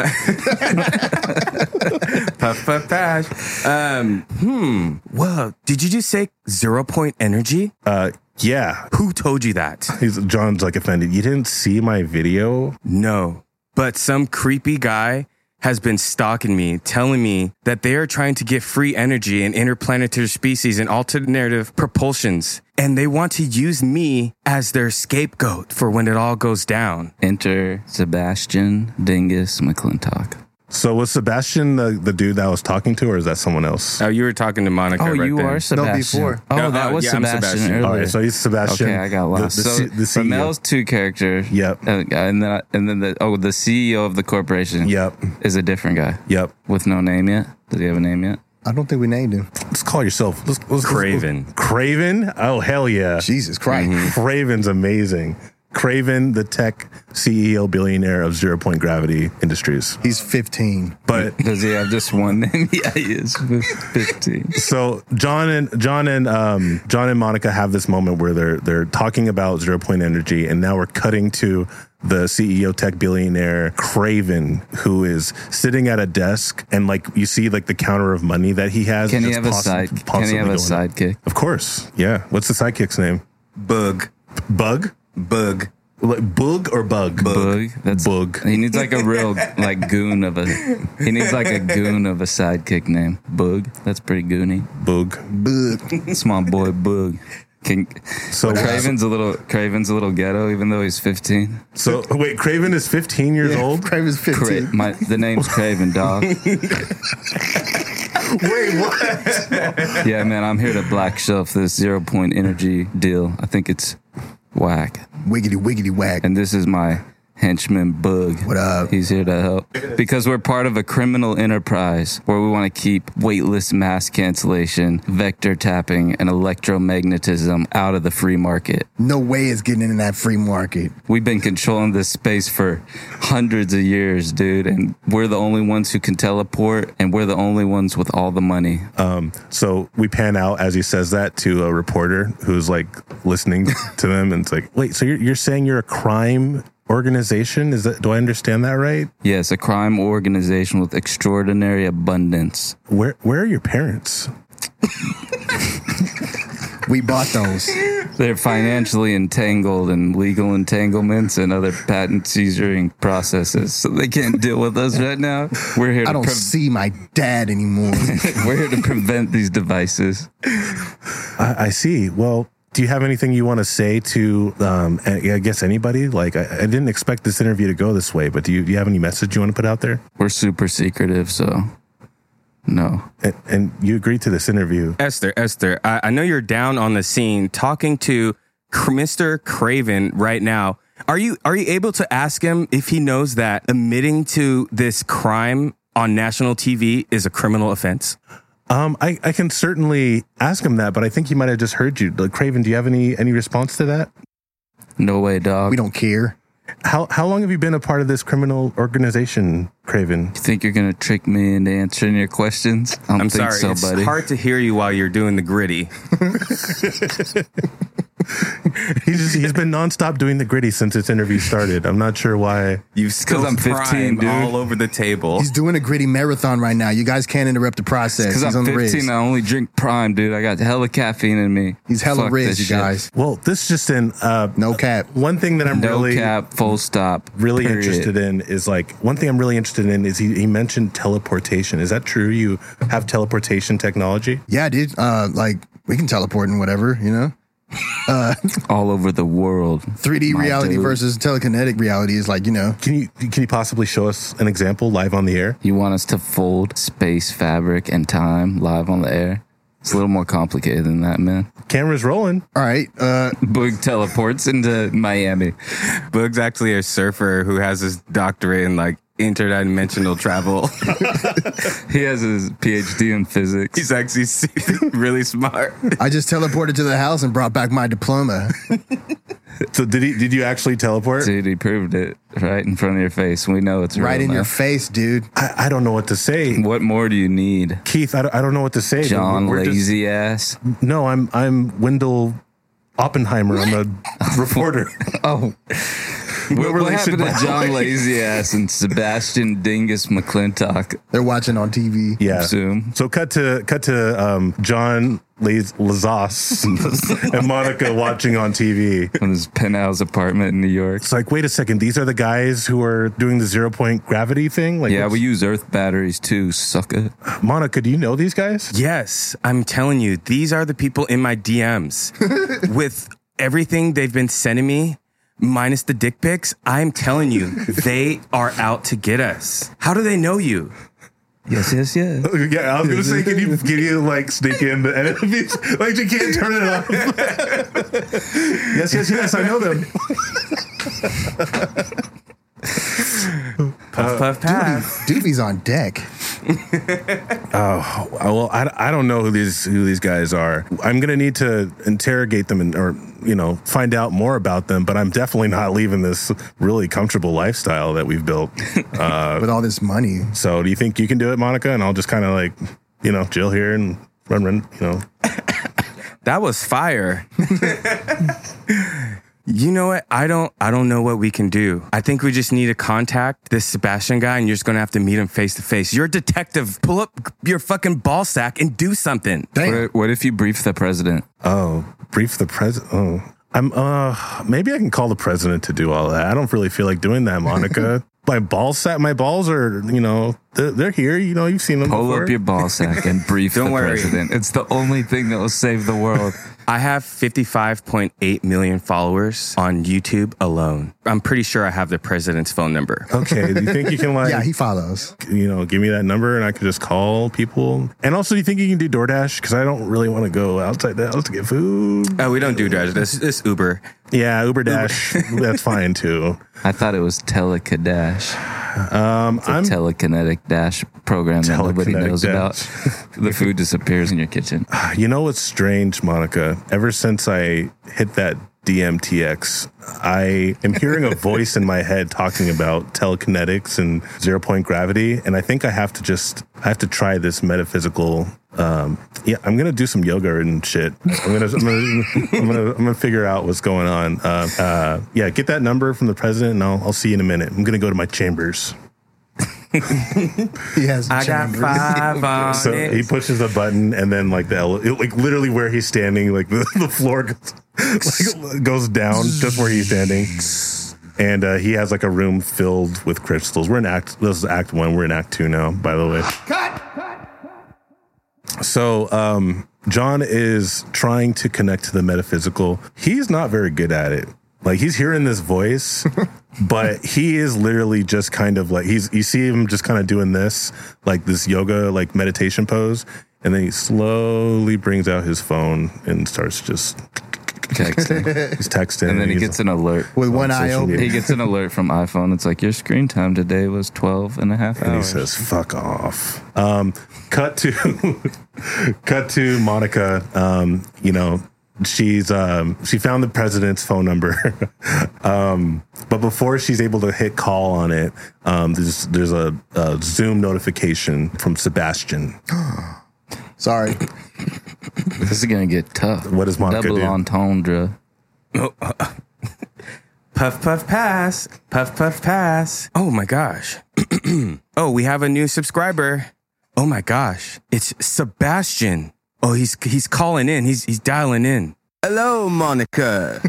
[SPEAKER 4] puff, puff, pass. Um, hmm. Well, did you just say zero point energy?
[SPEAKER 2] Uh, yeah.
[SPEAKER 4] Who told you that?
[SPEAKER 2] He's, John's like offended. You didn't see my video.
[SPEAKER 4] No. But some creepy guy has been stalking me, telling me that they are trying to get free energy and interplanetary species and alternative propulsions. And they want to use me as their scapegoat for when it all goes down.
[SPEAKER 3] Enter Sebastian Dingus McClintock.
[SPEAKER 2] So was Sebastian the, the dude that I was talking to, or is that someone else?
[SPEAKER 4] Oh, you were talking to Monica.
[SPEAKER 3] Oh,
[SPEAKER 4] right
[SPEAKER 3] you
[SPEAKER 4] then.
[SPEAKER 3] are Sebastian.
[SPEAKER 1] before.
[SPEAKER 3] Oh,
[SPEAKER 4] No,
[SPEAKER 3] that
[SPEAKER 4] oh,
[SPEAKER 3] was
[SPEAKER 4] yeah, I'm
[SPEAKER 3] Sebastian,
[SPEAKER 4] Sebastian.
[SPEAKER 3] earlier.
[SPEAKER 2] All right, so he's Sebastian.
[SPEAKER 3] Okay, I got lost.
[SPEAKER 2] The, the,
[SPEAKER 3] so
[SPEAKER 2] C- E the CEO.
[SPEAKER 3] Ramel's two character.
[SPEAKER 2] Yep.
[SPEAKER 3] Uh, and then and then the oh the CEO of the corporation.
[SPEAKER 2] Yep.
[SPEAKER 3] Is a different guy
[SPEAKER 2] Yep.
[SPEAKER 3] with no name yet. Does he have a name yet?
[SPEAKER 1] I don't think we named him.
[SPEAKER 2] Let's call yourself. Let's, let's- let's-
[SPEAKER 4] Craven.
[SPEAKER 2] Craven. Oh hell yeah.
[SPEAKER 1] Jesus Christ.
[SPEAKER 2] Craven's amazing. Craven, the tech CEO billionaire of Zero Point Gravity Industries.
[SPEAKER 1] He's 15.
[SPEAKER 2] But
[SPEAKER 3] Does he have just one name? yeah, he is fifteen.
[SPEAKER 2] so John and John and um, John and Monica have this moment where they're they're talking about zero point energy, and now we're cutting to the CEO tech billionaire Craven, who is sitting at a desk, and like you see like the counter of money that he has.
[SPEAKER 3] Can he
[SPEAKER 2] just
[SPEAKER 3] have a
[SPEAKER 2] possi-
[SPEAKER 3] side? Can he
[SPEAKER 2] possibly
[SPEAKER 3] have a
[SPEAKER 2] going-
[SPEAKER 3] sidekick?
[SPEAKER 2] Of course, yeah. What's the sidekick's name?
[SPEAKER 4] Bug.
[SPEAKER 2] Bug,
[SPEAKER 4] Bug.
[SPEAKER 2] like Bug or Bug?
[SPEAKER 3] Bug. That's
[SPEAKER 2] Bug.
[SPEAKER 3] He needs like a real like goon of a. He needs like a goon of a sidekick name. Bug. That's pretty goony.
[SPEAKER 2] Bug.
[SPEAKER 1] Bug.
[SPEAKER 3] It's my boy Bug. Can,
[SPEAKER 2] So-
[SPEAKER 3] Craven's a little Craven's a little ghetto, even though he's 15.
[SPEAKER 2] So wait, Craven is 15 years old.
[SPEAKER 1] Craven's
[SPEAKER 3] Cra-
[SPEAKER 1] 15.
[SPEAKER 3] my, the name's Craven, dog.
[SPEAKER 2] Wait, what?
[SPEAKER 3] Yeah, man, I'm here to black shelf this zero point energy deal. I think it's whack.
[SPEAKER 1] Wiggity, wiggity, whack.
[SPEAKER 3] And this is my henchman, Bug.
[SPEAKER 1] What up?
[SPEAKER 3] He's here to help. Because we're part of a criminal enterprise where we want to keep weightless mass cancellation, vector tapping, and electromagnetism out of the free market.
[SPEAKER 1] No way it's getting into that free market.
[SPEAKER 3] We've been controlling this space for hundreds of years, dude. And we're the only ones who can teleport, and we're the only ones with all the money.
[SPEAKER 2] Um, so we pan out as he says that to a reporter who's like listening to them, and it's like, wait, so you're you're saying you're a crime organization? Is that do I understand that right?
[SPEAKER 3] Yes, a crime organization with extraordinary abundance.
[SPEAKER 2] Where where are your parents?
[SPEAKER 1] We bought those.
[SPEAKER 3] They're financially entangled in legal entanglements and other patent seizuring processes, so they can't deal with us right now. We're here
[SPEAKER 1] I
[SPEAKER 3] to
[SPEAKER 1] don't
[SPEAKER 3] pre-
[SPEAKER 1] see my dad anymore.
[SPEAKER 3] we're here to prevent these devices.
[SPEAKER 2] I, I see. Well. Do you have anything you want to say to, um, I I guess anybody? Like, I, I didn't expect this interview to go this way, but do you, do you have any message you want to put out there?
[SPEAKER 3] We're super secretive, so no.
[SPEAKER 2] And, and you agreed to this interview.
[SPEAKER 4] Esther, Esther, I, I know you're down on the scene talking to Cr- Mr. Craven right now. Are you are you able to ask him if he knows that admitting to this crime on national TV is a criminal offense?
[SPEAKER 2] Um, I, I can certainly ask him that, but I think he might have just heard you. Like, Craven, do you have any any response to that?
[SPEAKER 3] No way, dog.
[SPEAKER 1] we don't care.
[SPEAKER 2] How how long have you been a part of this criminal organization, Craven?
[SPEAKER 3] You think you're gonna trick me into answering your questions? I don't
[SPEAKER 4] I'm
[SPEAKER 3] think
[SPEAKER 4] sorry,
[SPEAKER 3] so,
[SPEAKER 4] it's
[SPEAKER 3] buddy.
[SPEAKER 4] hard to hear you while you're doing the gritty.
[SPEAKER 2] He's just, he's been nonstop doing the gritty since this interview started. I'm not sure why.
[SPEAKER 4] You've still
[SPEAKER 3] I'm 15, dude.
[SPEAKER 4] all over the table.
[SPEAKER 1] He's doing a gritty marathon right now. You guys can't interrupt the process.
[SPEAKER 3] Because
[SPEAKER 1] He's
[SPEAKER 3] I'm uh,
[SPEAKER 1] on the ridge.
[SPEAKER 3] 15, I only drink Prime, dude. I got hella caffeine in me.
[SPEAKER 1] He's hella
[SPEAKER 3] Fuck
[SPEAKER 1] ridge,
[SPEAKER 3] this
[SPEAKER 1] you
[SPEAKER 3] shit.
[SPEAKER 1] guys.
[SPEAKER 2] Well, this just in. Uh,
[SPEAKER 1] No cap.
[SPEAKER 2] one thing that I'm
[SPEAKER 3] No
[SPEAKER 2] really
[SPEAKER 3] cap, full stop.
[SPEAKER 2] really
[SPEAKER 3] period.
[SPEAKER 2] interested in is like one thing I'm really interested in is he, he mentioned teleportation. Is that true? You have teleportation technology?
[SPEAKER 1] Yeah, dude. Uh, like we can teleport and whatever, you know.
[SPEAKER 3] all over the world.
[SPEAKER 1] 3D
[SPEAKER 3] My
[SPEAKER 1] reality
[SPEAKER 3] dude.
[SPEAKER 1] versus telekinetic reality is like you know.
[SPEAKER 2] Can you can you possibly show us an example live on the air?
[SPEAKER 3] You want us to fold space, fabric, and time live on the air? It's a little more complicated than that, man.
[SPEAKER 2] Camera's rolling.
[SPEAKER 1] All right. Uh,
[SPEAKER 3] Boog teleports into Miami.
[SPEAKER 4] Boog's actually a surfer who has his doctorate in like interdimensional travel.
[SPEAKER 3] He has his PhD in physics.
[SPEAKER 4] He's actually really smart.
[SPEAKER 1] I just teleported to the house and brought back my diploma.
[SPEAKER 2] So did he? Did you actually teleport?
[SPEAKER 3] Dude, he proved it right in front of your face. We know it's
[SPEAKER 1] right
[SPEAKER 3] real,
[SPEAKER 1] in your
[SPEAKER 3] man.
[SPEAKER 1] face, dude.
[SPEAKER 2] I, I don't know what to say,
[SPEAKER 3] What more do you need?
[SPEAKER 2] Keith. I don't, I don't know what to say.
[SPEAKER 3] John,
[SPEAKER 2] We're just-
[SPEAKER 3] lazy ass.
[SPEAKER 2] No, I'm I'm Wendell Oppenheimer. I'm a reporter.
[SPEAKER 3] Oh. What, what
[SPEAKER 2] relation,
[SPEAKER 3] happened to
[SPEAKER 2] by the
[SPEAKER 3] John Lazy Ass and Sebastian Dingus McClintock?
[SPEAKER 1] They're watching on TV.
[SPEAKER 2] Yeah.
[SPEAKER 3] Zoom.
[SPEAKER 2] So cut to cut to um, John Laz- Lazas and Monica watching on TV.
[SPEAKER 3] From his penthouse apartment in New York.
[SPEAKER 2] It's like, wait a second. These are the guys who are doing the zero point gravity thing. Like,
[SPEAKER 3] Yeah, we
[SPEAKER 2] what's-
[SPEAKER 3] use Earth batteries too, sucker.
[SPEAKER 2] Monica, do you know these guys?
[SPEAKER 4] Yes, I'm telling you, these are the people in my DMs with everything they've been sending me. Minus the dick pics, I'm telling you, they are out to get us. How do they know you?
[SPEAKER 3] Yes, yes, yes.
[SPEAKER 2] Yeah, I was gonna say, can you can you like sneak in the enemies? Like, you can't turn it off. yes, yes, yes. I know them.
[SPEAKER 4] Puff, puff, pass.
[SPEAKER 1] Doobie's on deck.
[SPEAKER 2] Well, I, I don't know who these who these guys are. I'm gonna need to interrogate them and or you know find out more about them. But I'm definitely not leaving this really comfortable lifestyle that we've built.
[SPEAKER 1] with all this money,
[SPEAKER 2] So do you think you can do it, Monica? And I'll just kind of like you know chill here and run run. You know,
[SPEAKER 4] That was fire. you know what? I don't I don't know what we can do. I think we just need to contact this Sebastian guy and you're just gonna have to meet him face to face. You're a detective. Pull up your fucking ball sack and do something.
[SPEAKER 1] damn.
[SPEAKER 3] What, what if you brief the president?
[SPEAKER 2] oh brief the president. Oh, I'm uh maybe I can call the president to do all that. I don't really feel like doing that, Monica. my ball set. My balls are you know They're they're here. You know, you've seen them.
[SPEAKER 3] Pull
[SPEAKER 2] before.
[SPEAKER 3] up your ball sack and brief
[SPEAKER 4] Don't
[SPEAKER 3] the
[SPEAKER 4] worry.
[SPEAKER 3] president. It's the only thing that will save the world.
[SPEAKER 4] I have 55.8 million followers on YouTube alone. I'm pretty sure I have the president's phone number.
[SPEAKER 2] Okay, do you think you can like,
[SPEAKER 1] Yeah, he follows.
[SPEAKER 2] you know, give me that number and I can just call people? And also, do you think you can do DoorDash? Because I don't really want to go outside the house to get food.
[SPEAKER 4] Oh, we don't do drugs. This this Uber.
[SPEAKER 2] Yeah, Uber Dash, that's fine too.
[SPEAKER 3] I thought it was Telekadash,
[SPEAKER 2] Um, I'm
[SPEAKER 3] telekinetic dash program that nobody
[SPEAKER 2] Telekinetic
[SPEAKER 3] knows
[SPEAKER 2] dash.
[SPEAKER 3] about. the food disappears in your kitchen.
[SPEAKER 2] You know what's strange, Monica? Ever since I hit that DMTX, I am hearing a voice in my head talking about telekinetics and zero point gravity, and I think I have to just I have to try this metaphysical. Um, yeah, I'm gonna do some yoga and shit. I'm gonna I'm gonna, I'm gonna, I'm gonna figure out what's going on. Uh, uh, yeah, get that number from the president, and I'll I'll see you in a minute. I'm gonna go to my chambers.
[SPEAKER 1] He has.
[SPEAKER 4] I got
[SPEAKER 1] chambers.
[SPEAKER 4] five on
[SPEAKER 2] So
[SPEAKER 4] it.
[SPEAKER 2] he pushes a button, and then like the ele- it, like literally where he's standing, like the, the floor goes, like, goes down just where he's standing. And uh, he has like a room filled with crystals. We're in act. This is act one. We're in act two now. By the way, cut. So um, John is trying to connect to the metaphysical. He's not very good at it. Like he's hearing this voice, but he is literally just kind of like he's. You see him just kind of doing this, like this yoga, like meditation pose, and then he slowly brings out his phone and starts just
[SPEAKER 3] texting.
[SPEAKER 2] he's texting.
[SPEAKER 3] And then he
[SPEAKER 2] he's-
[SPEAKER 3] gets an alert.
[SPEAKER 1] with one
[SPEAKER 2] on
[SPEAKER 1] eye
[SPEAKER 2] social
[SPEAKER 1] open.
[SPEAKER 2] media.
[SPEAKER 3] He gets an alert from iPhone. It's like, your screen time today was 12 and a half
[SPEAKER 2] And he
[SPEAKER 3] hours.
[SPEAKER 2] says, "Fuck off." Um, cut to, cut to Monica. Um, you know, she's um, she found the president's phone number, um, but before she's able to hit call on it, um, there's there's a, a Zoom notification from Sebastian.
[SPEAKER 1] Sorry,
[SPEAKER 3] This is going to get tough.
[SPEAKER 2] What does Monica
[SPEAKER 3] Double
[SPEAKER 2] do?
[SPEAKER 3] entendre.
[SPEAKER 4] Puff, puff, pass. Puff, puff, pass. Oh my gosh. oh, we have a new subscriber. Oh my gosh. It's Sebastian. Oh, he's he's calling in. He's he's dialing in.
[SPEAKER 7] Hello, Monica.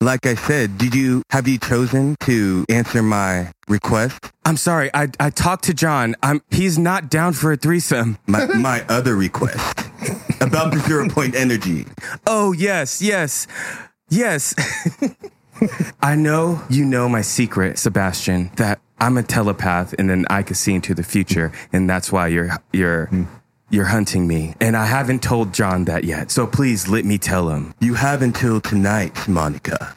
[SPEAKER 7] like I said, did you have you chosen to answer my request?
[SPEAKER 4] I'm sorry. I I talked to John. I'm he's not down for a threesome.
[SPEAKER 7] My my other request about the zero point energy.
[SPEAKER 4] Oh, yes, yes, yes. I know you know my secret, Sebastian, that I'm a telepath and then I can see into the future. And that's why you're, you're, you're hunting me. And I haven't told John that yet. So please let me tell him.
[SPEAKER 7] You have until tonight, Monica.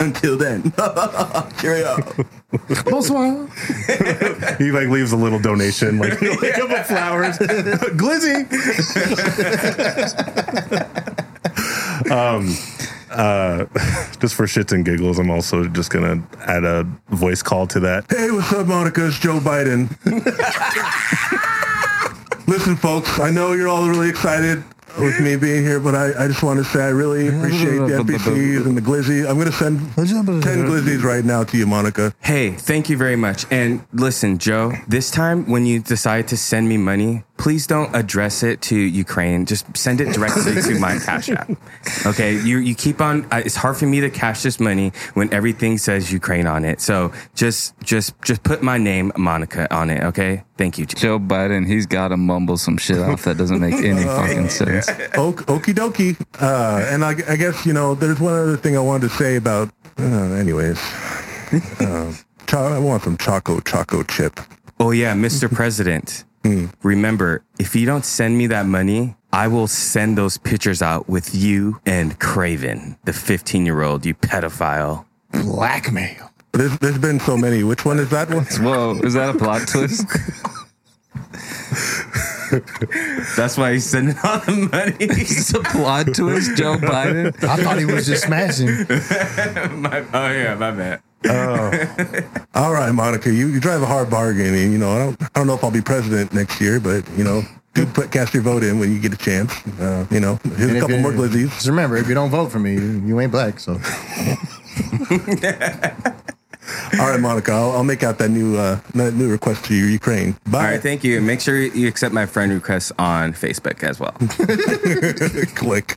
[SPEAKER 7] Until then, cheerio.
[SPEAKER 1] bonsoir.
[SPEAKER 2] He like leaves a little donation, like, like a couple flowers, glizzy. um, uh, just for shits and giggles, I'm also just gonna add a voice call to that.
[SPEAKER 6] Hey, what's up, Monica? It's Joe Biden. Listen, folks, I know you're all really excited with me being here, but I, I just want to say I really appreciate the NPCs and the glizzy. I'm going to send 10 glizzies right now to you, Monica.
[SPEAKER 4] Hey, thank you very much. And listen, Joe, this time when you decide to send me money, please don't address it to Ukraine. Just send it directly to my Cash App. Okay? You you keep on I- it's hard for me to cash this money when everything says Ukraine on it. So, just just just put my name Monica on it, okay? Thank you.
[SPEAKER 3] Joe Biden, he's got to mumble some shit off that doesn't make any
[SPEAKER 2] Oh,
[SPEAKER 3] fucking sense.
[SPEAKER 6] Ok- Okie dokie. Uh, and I, I guess, you know, there's one other thing I wanted to say about, uh, anyways. Uh, cho- I want some choco choco chip.
[SPEAKER 4] Oh yeah, Mr. President. Remember, if you don't send me that money, I will send those pictures out with you and Craven, the 15-year-old, you pedophile.
[SPEAKER 1] Blackmail.
[SPEAKER 6] There's, there's been so many. Which one is that one?
[SPEAKER 3] Whoa, is that a plot twist?
[SPEAKER 4] That's why he's sending all the money.
[SPEAKER 3] It's a plot twist, Joe Biden.
[SPEAKER 1] I thought he was just smashing.
[SPEAKER 4] My- oh yeah, my bad.
[SPEAKER 6] All right, Monica, you, you drive a hard bargain, and you know I don't I don't know if I'll be president next year, but you know do put cast your vote in when you get a chance. Uh, you know, here's a
[SPEAKER 1] if
[SPEAKER 6] couple
[SPEAKER 1] you-
[SPEAKER 6] more glizzies.
[SPEAKER 1] Just remember, if you don't vote for me, you you ain't black. So
[SPEAKER 6] All right, Monica, I'll, I'll make out that new uh, that new request to your Ukraine.
[SPEAKER 4] All
[SPEAKER 6] Bye.
[SPEAKER 4] right, thank you. Make sure you accept my friend request on Facebook as well.
[SPEAKER 6] Click.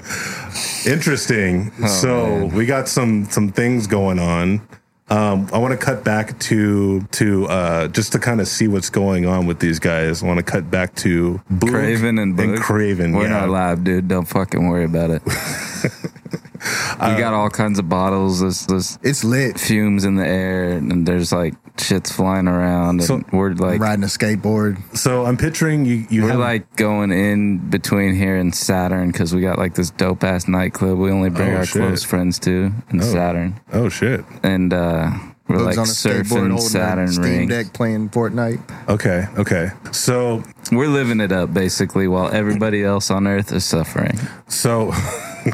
[SPEAKER 3] Oh,
[SPEAKER 2] Interesting. so we got some some things going on. Um, I want to cut back to to uh, just to kind of see what's going on with these guys. I want to cut back to Boog
[SPEAKER 3] Craven and Boog.
[SPEAKER 2] Craven.
[SPEAKER 3] We're
[SPEAKER 2] yeah.
[SPEAKER 3] not live, dude. Don't fucking worry about it. we got all kinds of bottles. This this
[SPEAKER 1] It's lit.
[SPEAKER 3] fumes in the air, and there's like shits flying around, and
[SPEAKER 2] So-
[SPEAKER 3] we're like
[SPEAKER 1] Riding a skateboard.
[SPEAKER 2] So I'm picturing you. You
[SPEAKER 3] We're
[SPEAKER 2] have
[SPEAKER 3] like going in between here and Saturn because we got like this dope ass nightclub. We only bring
[SPEAKER 2] Oh,
[SPEAKER 3] our
[SPEAKER 2] shit.
[SPEAKER 3] close friends to in Saturn,
[SPEAKER 2] oh shit.
[SPEAKER 3] and uh, we're
[SPEAKER 1] Boog's
[SPEAKER 3] like
[SPEAKER 1] on a skateboard holding
[SPEAKER 3] surfing
[SPEAKER 1] a
[SPEAKER 3] Saturn
[SPEAKER 1] Steam
[SPEAKER 3] rings.
[SPEAKER 1] Deck playing Fortnite.
[SPEAKER 2] Okay, okay. So
[SPEAKER 3] We're living it up basically, while everybody else on Earth is suffering.
[SPEAKER 2] So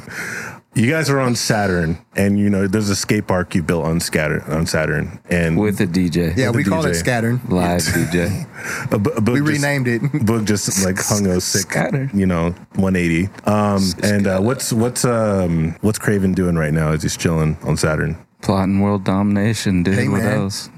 [SPEAKER 2] you guys are on Saturn, and you know there's a skate park you built on Saturn. On Saturn, and
[SPEAKER 3] with a DJ.
[SPEAKER 1] Yeah,
[SPEAKER 2] With
[SPEAKER 1] we
[SPEAKER 2] the
[SPEAKER 1] call it
[SPEAKER 2] DJ.
[SPEAKER 1] Scattern.
[SPEAKER 3] Live DJ.
[SPEAKER 2] a bu- a book
[SPEAKER 1] We
[SPEAKER 2] just-
[SPEAKER 1] renamed it.
[SPEAKER 2] Book just like hung a sick,
[SPEAKER 3] Saturn.
[SPEAKER 2] you know, 180. Um, and uh, what's what's um what's Craven doing right now? Is he's chilling on Saturn?
[SPEAKER 3] Plotting world domination, dude.
[SPEAKER 1] Hey,
[SPEAKER 3] what
[SPEAKER 1] man.
[SPEAKER 3] else?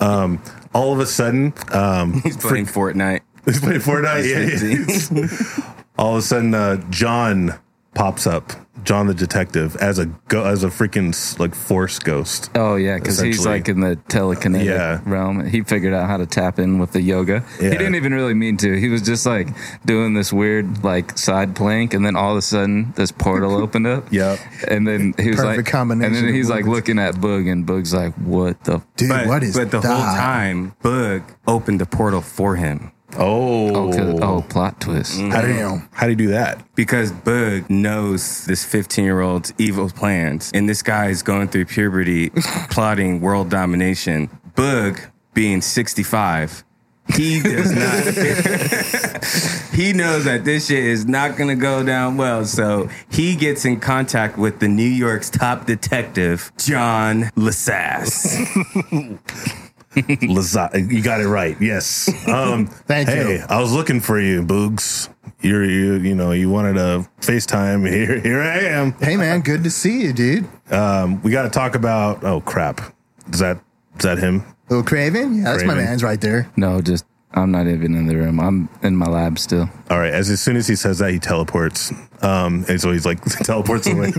[SPEAKER 2] All of a sudden, um,
[SPEAKER 4] He's playing Fortnite.
[SPEAKER 2] he's playing Fortnite. yeah, yeah. All of a sudden, uh, John pops up. John the detective as a go- as a freaking s- like force ghost.
[SPEAKER 3] Oh yeah, because he's
[SPEAKER 2] Essentially.
[SPEAKER 3] like in the telekinetic
[SPEAKER 2] Yeah.
[SPEAKER 3] realm. He figured out how to tap in with the yoga.
[SPEAKER 2] Yeah.
[SPEAKER 3] He didn't even really mean to. He was just like doing this weird like side plank, and then all of a sudden this portal opened up.
[SPEAKER 2] Yep.
[SPEAKER 3] And then he was
[SPEAKER 1] Perfect
[SPEAKER 3] like,
[SPEAKER 1] combination
[SPEAKER 3] And then
[SPEAKER 1] of
[SPEAKER 3] he's like
[SPEAKER 1] movements.
[SPEAKER 3] looking at Boog, and Boog's like, "What the? F-?
[SPEAKER 1] Dude,
[SPEAKER 4] But,
[SPEAKER 1] what is
[SPEAKER 4] but the
[SPEAKER 1] that?
[SPEAKER 4] whole time, Boog opened the portal for him
[SPEAKER 2] Oh,
[SPEAKER 3] Oh, 'cause- oh, plot twist."
[SPEAKER 2] How do you,
[SPEAKER 1] Damn.
[SPEAKER 2] how do you do that?
[SPEAKER 4] because Boog knows this 15 year old's evil plans. And this guy is going through puberty, plotting world domination. Boog, being 65, he does not. he knows that this shit is not going to go down well. So he gets in contact with the New York's top detective, John Lassass.
[SPEAKER 2] Lazat. You got it right. Yes. Um,
[SPEAKER 1] Thank
[SPEAKER 2] hey,
[SPEAKER 1] you.
[SPEAKER 2] I was looking for you, Boogs. You're you you know you wanted a FaceTime. Here here I am.
[SPEAKER 1] Hey, man, good to see you, dude.
[SPEAKER 2] Um, we got to talk about. Oh crap. Is that is that him?
[SPEAKER 1] Little Craven? Yeah, that's my
[SPEAKER 2] Craven.
[SPEAKER 1] man's right there.
[SPEAKER 3] No, just I'm not even in the room. I'm in my lab still.
[SPEAKER 2] All right. As, as soon as he says that, he teleports. Um, and so he's like teleports away.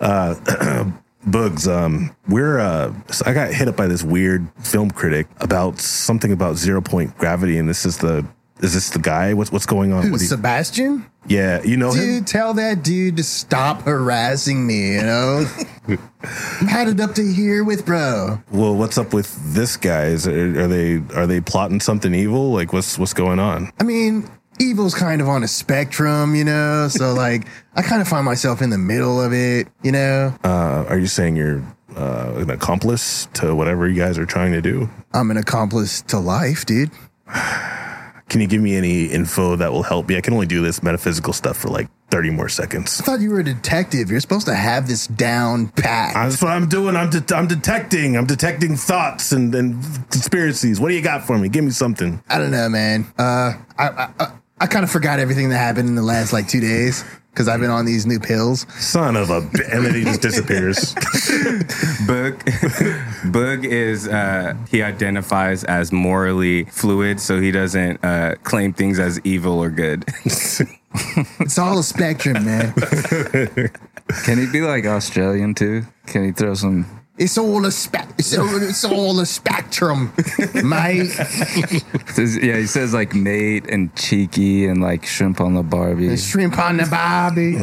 [SPEAKER 2] Uh, Bugs, um, we're uh, so I got hit up by this weird film critic about something about zero point gravity, and this is the is this the guy? What's what's going on? What do you-
[SPEAKER 1] Sebastian?
[SPEAKER 2] yeah, you know him.
[SPEAKER 1] Dude, tell that dude to stop harassing me, you know? I'm headed up to here with bro.
[SPEAKER 2] Well, what's up with this guy? Is are they are they plotting something evil? Like what's what's going on?
[SPEAKER 1] I mean, evil's kind of on a spectrum, you know? So, like, I kind of find myself in the middle of it, you know?
[SPEAKER 2] Uh, are you saying you're uh, an accomplice to whatever you guys are trying to do?
[SPEAKER 1] I'm an accomplice to life, dude.
[SPEAKER 2] Can you give me any info that will help me? I can only do this metaphysical stuff for like thirty more seconds.
[SPEAKER 1] I thought you were a detective. You're supposed to have this down pat.
[SPEAKER 2] That's what I'm doing. I'm det I'm detecting. I'm detecting thoughts and, and conspiracies. What do you got for me? Give me something.
[SPEAKER 1] I don't know, man. Uh, I I, I, I kind of forgot everything that happened in the last like two days because I've been on these new pills.
[SPEAKER 2] Son of a b- and then he just disappears.
[SPEAKER 4] Boog, Boog is uh, he identifies as morally fluid, so he doesn't uh, claim things as evil or good.
[SPEAKER 1] It's all a spectrum, man.
[SPEAKER 3] Can he be like Australian too? Can he throw some?
[SPEAKER 1] It's all a spe- it's, all, it's all a spectrum, mate.
[SPEAKER 3] Yeah, he says like mate and cheeky and like shrimp on the Barbie.
[SPEAKER 1] Shrimp on the barbie.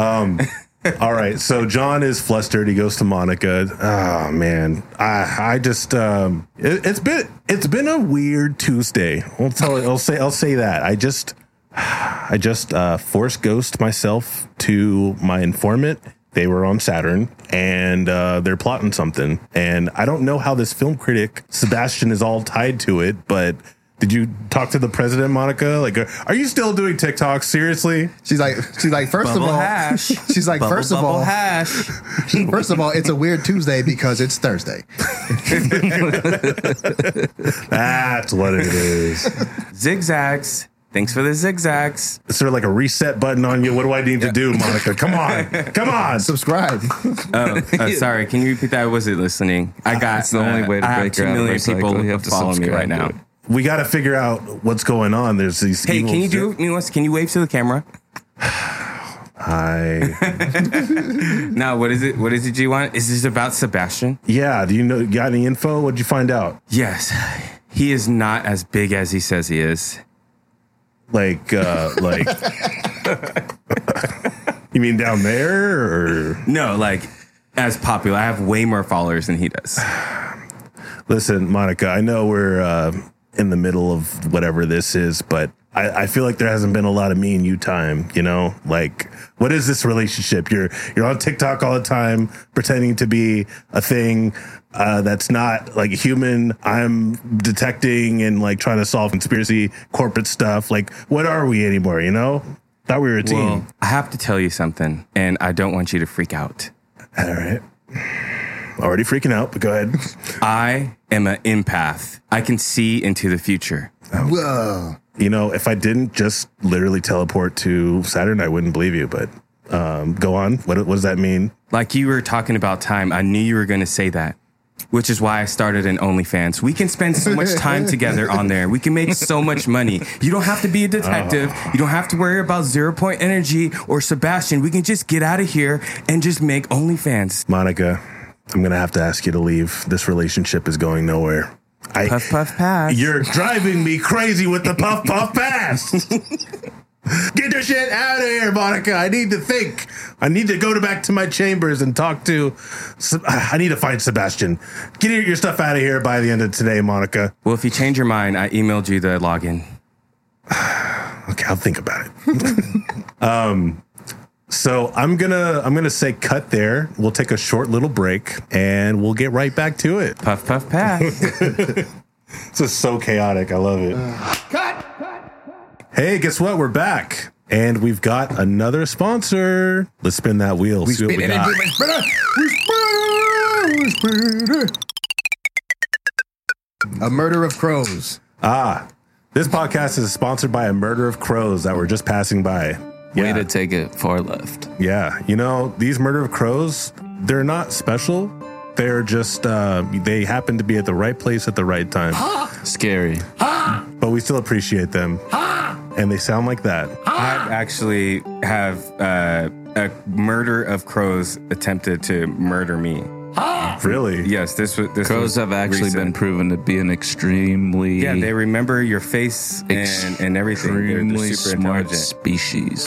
[SPEAKER 2] All right. So John is flustered. He goes to Monica. Oh man, I I just um it, has been it's been a weird Tuesday. I'll tell I'll say I'll say that. I just I just uh, force ghost myself to my informant. They were on Saturn and uh, they're plotting something. And I don't know how this film critic Sebastian is all tied to it, but. Did you talk to the president, Monica? Like, are- are you still doing TikTok? Seriously?
[SPEAKER 1] She's like, she's like, first of all,
[SPEAKER 4] hash.
[SPEAKER 1] she's like, first of all,
[SPEAKER 4] hash.
[SPEAKER 1] first of all, it's a weird Tuesday because it's Thursday.
[SPEAKER 2] That's what it is.
[SPEAKER 4] Zigzags. Thanks for the zigzags.
[SPEAKER 2] Is there like a reset button on you? What do I need to do, Monica? Come on, come on.
[SPEAKER 1] Subscribe.
[SPEAKER 4] Oh, uh, sorry. Can you repeat that? I wasn't listening. I got.
[SPEAKER 3] That's the only
[SPEAKER 4] uh,
[SPEAKER 3] way to
[SPEAKER 4] I have
[SPEAKER 3] break
[SPEAKER 4] two
[SPEAKER 3] her out of
[SPEAKER 4] million
[SPEAKER 3] her cycle.
[SPEAKER 4] people
[SPEAKER 3] You have to
[SPEAKER 4] follow me
[SPEAKER 3] subscribe
[SPEAKER 4] right
[SPEAKER 3] to
[SPEAKER 4] now.
[SPEAKER 3] it.
[SPEAKER 2] We got to figure out what's going on. There's these.
[SPEAKER 4] Hey,
[SPEAKER 2] evil-
[SPEAKER 4] can you do me once? Can you wave to the camera?
[SPEAKER 2] I
[SPEAKER 4] Now, what is it? What is it? Do you want? Is this about Sebastian?
[SPEAKER 2] yeah. Do you know? Got any info? What'd you find out?
[SPEAKER 4] Yes, he is not as big as he says he is.
[SPEAKER 2] Like, uh, like. you mean down there? Or
[SPEAKER 4] No, like as popular. I have way more followers than he does.
[SPEAKER 2] listen, Monica. I know we're uh, in the middle of whatever this is, but I, I feel like there hasn't been a lot of me and you time. You know, like, what is this relationship? You're you're on TikTok all the time, pretending to be a thing uh, that's not like human. I'm detecting and like trying to solve conspiracy corporate stuff. Like, what are we anymore? You know, thought we were a team.
[SPEAKER 4] Well, I have to tell you something, and I don't want you to freak out.
[SPEAKER 2] All right. Already freaking out, but go ahead.
[SPEAKER 4] I am an empath. I can see into the future.
[SPEAKER 1] Whoa.
[SPEAKER 2] You know, if I didn't just literally teleport to Saturn, I wouldn't believe you, but um, go on. What, what does that mean?
[SPEAKER 4] Like you were talking about time, I knew you were going to say that, which is why I started an OnlyFans. We can spend so much time together on there. We can make so much money. You don't have to be a detective. You don't have to worry about Zero Point Energy or Sebastian. We can just get out of here and just make OnlyFans.
[SPEAKER 2] Monica, I'm going to have to ask you to leave. This relationship is going nowhere. I,
[SPEAKER 4] Puff, puff, pass.
[SPEAKER 2] You're driving me crazy with the puff puff pass. Get your shit out of here, Monica. I need to think. I need to go to back to my chambers and talk to. Se- I need to find Sebastian. Get your- your stuff out of here by the end of today, Monica.
[SPEAKER 4] Well, if you change your mind, I emailed you the login.
[SPEAKER 2] Okay, I'll think about it. um, so I'm gonna I'm gonna say cut there. We'll take a short little break and we'll get right back to it.
[SPEAKER 4] Puff, puff, pass.
[SPEAKER 2] This is so chaotic. I love it. Hey, guess what? We're back. And we've got another sponsor. Let's spin that wheel. see what we got.
[SPEAKER 1] A murder of crows.
[SPEAKER 2] Ah, this podcast is sponsored by a murder of crows that were just passing by.
[SPEAKER 3] Way to take it far left.
[SPEAKER 2] Yeah, you know, these murder of crows, they're not special. They're just uh, they happen to be at the right place at the right time.
[SPEAKER 3] Scary.
[SPEAKER 2] But we still appreciate them. And they sound like that.
[SPEAKER 4] I actually have uh, a murder of crows attempted to murder me.
[SPEAKER 2] Really?
[SPEAKER 4] Yes, this was this was
[SPEAKER 3] Crows have actually
[SPEAKER 4] recent.
[SPEAKER 3] been proven to be an extremely,
[SPEAKER 4] Yeah, they remember your face and, and everything. They're, they're
[SPEAKER 3] extremely
[SPEAKER 4] super
[SPEAKER 3] smart
[SPEAKER 4] intelligent.
[SPEAKER 3] species.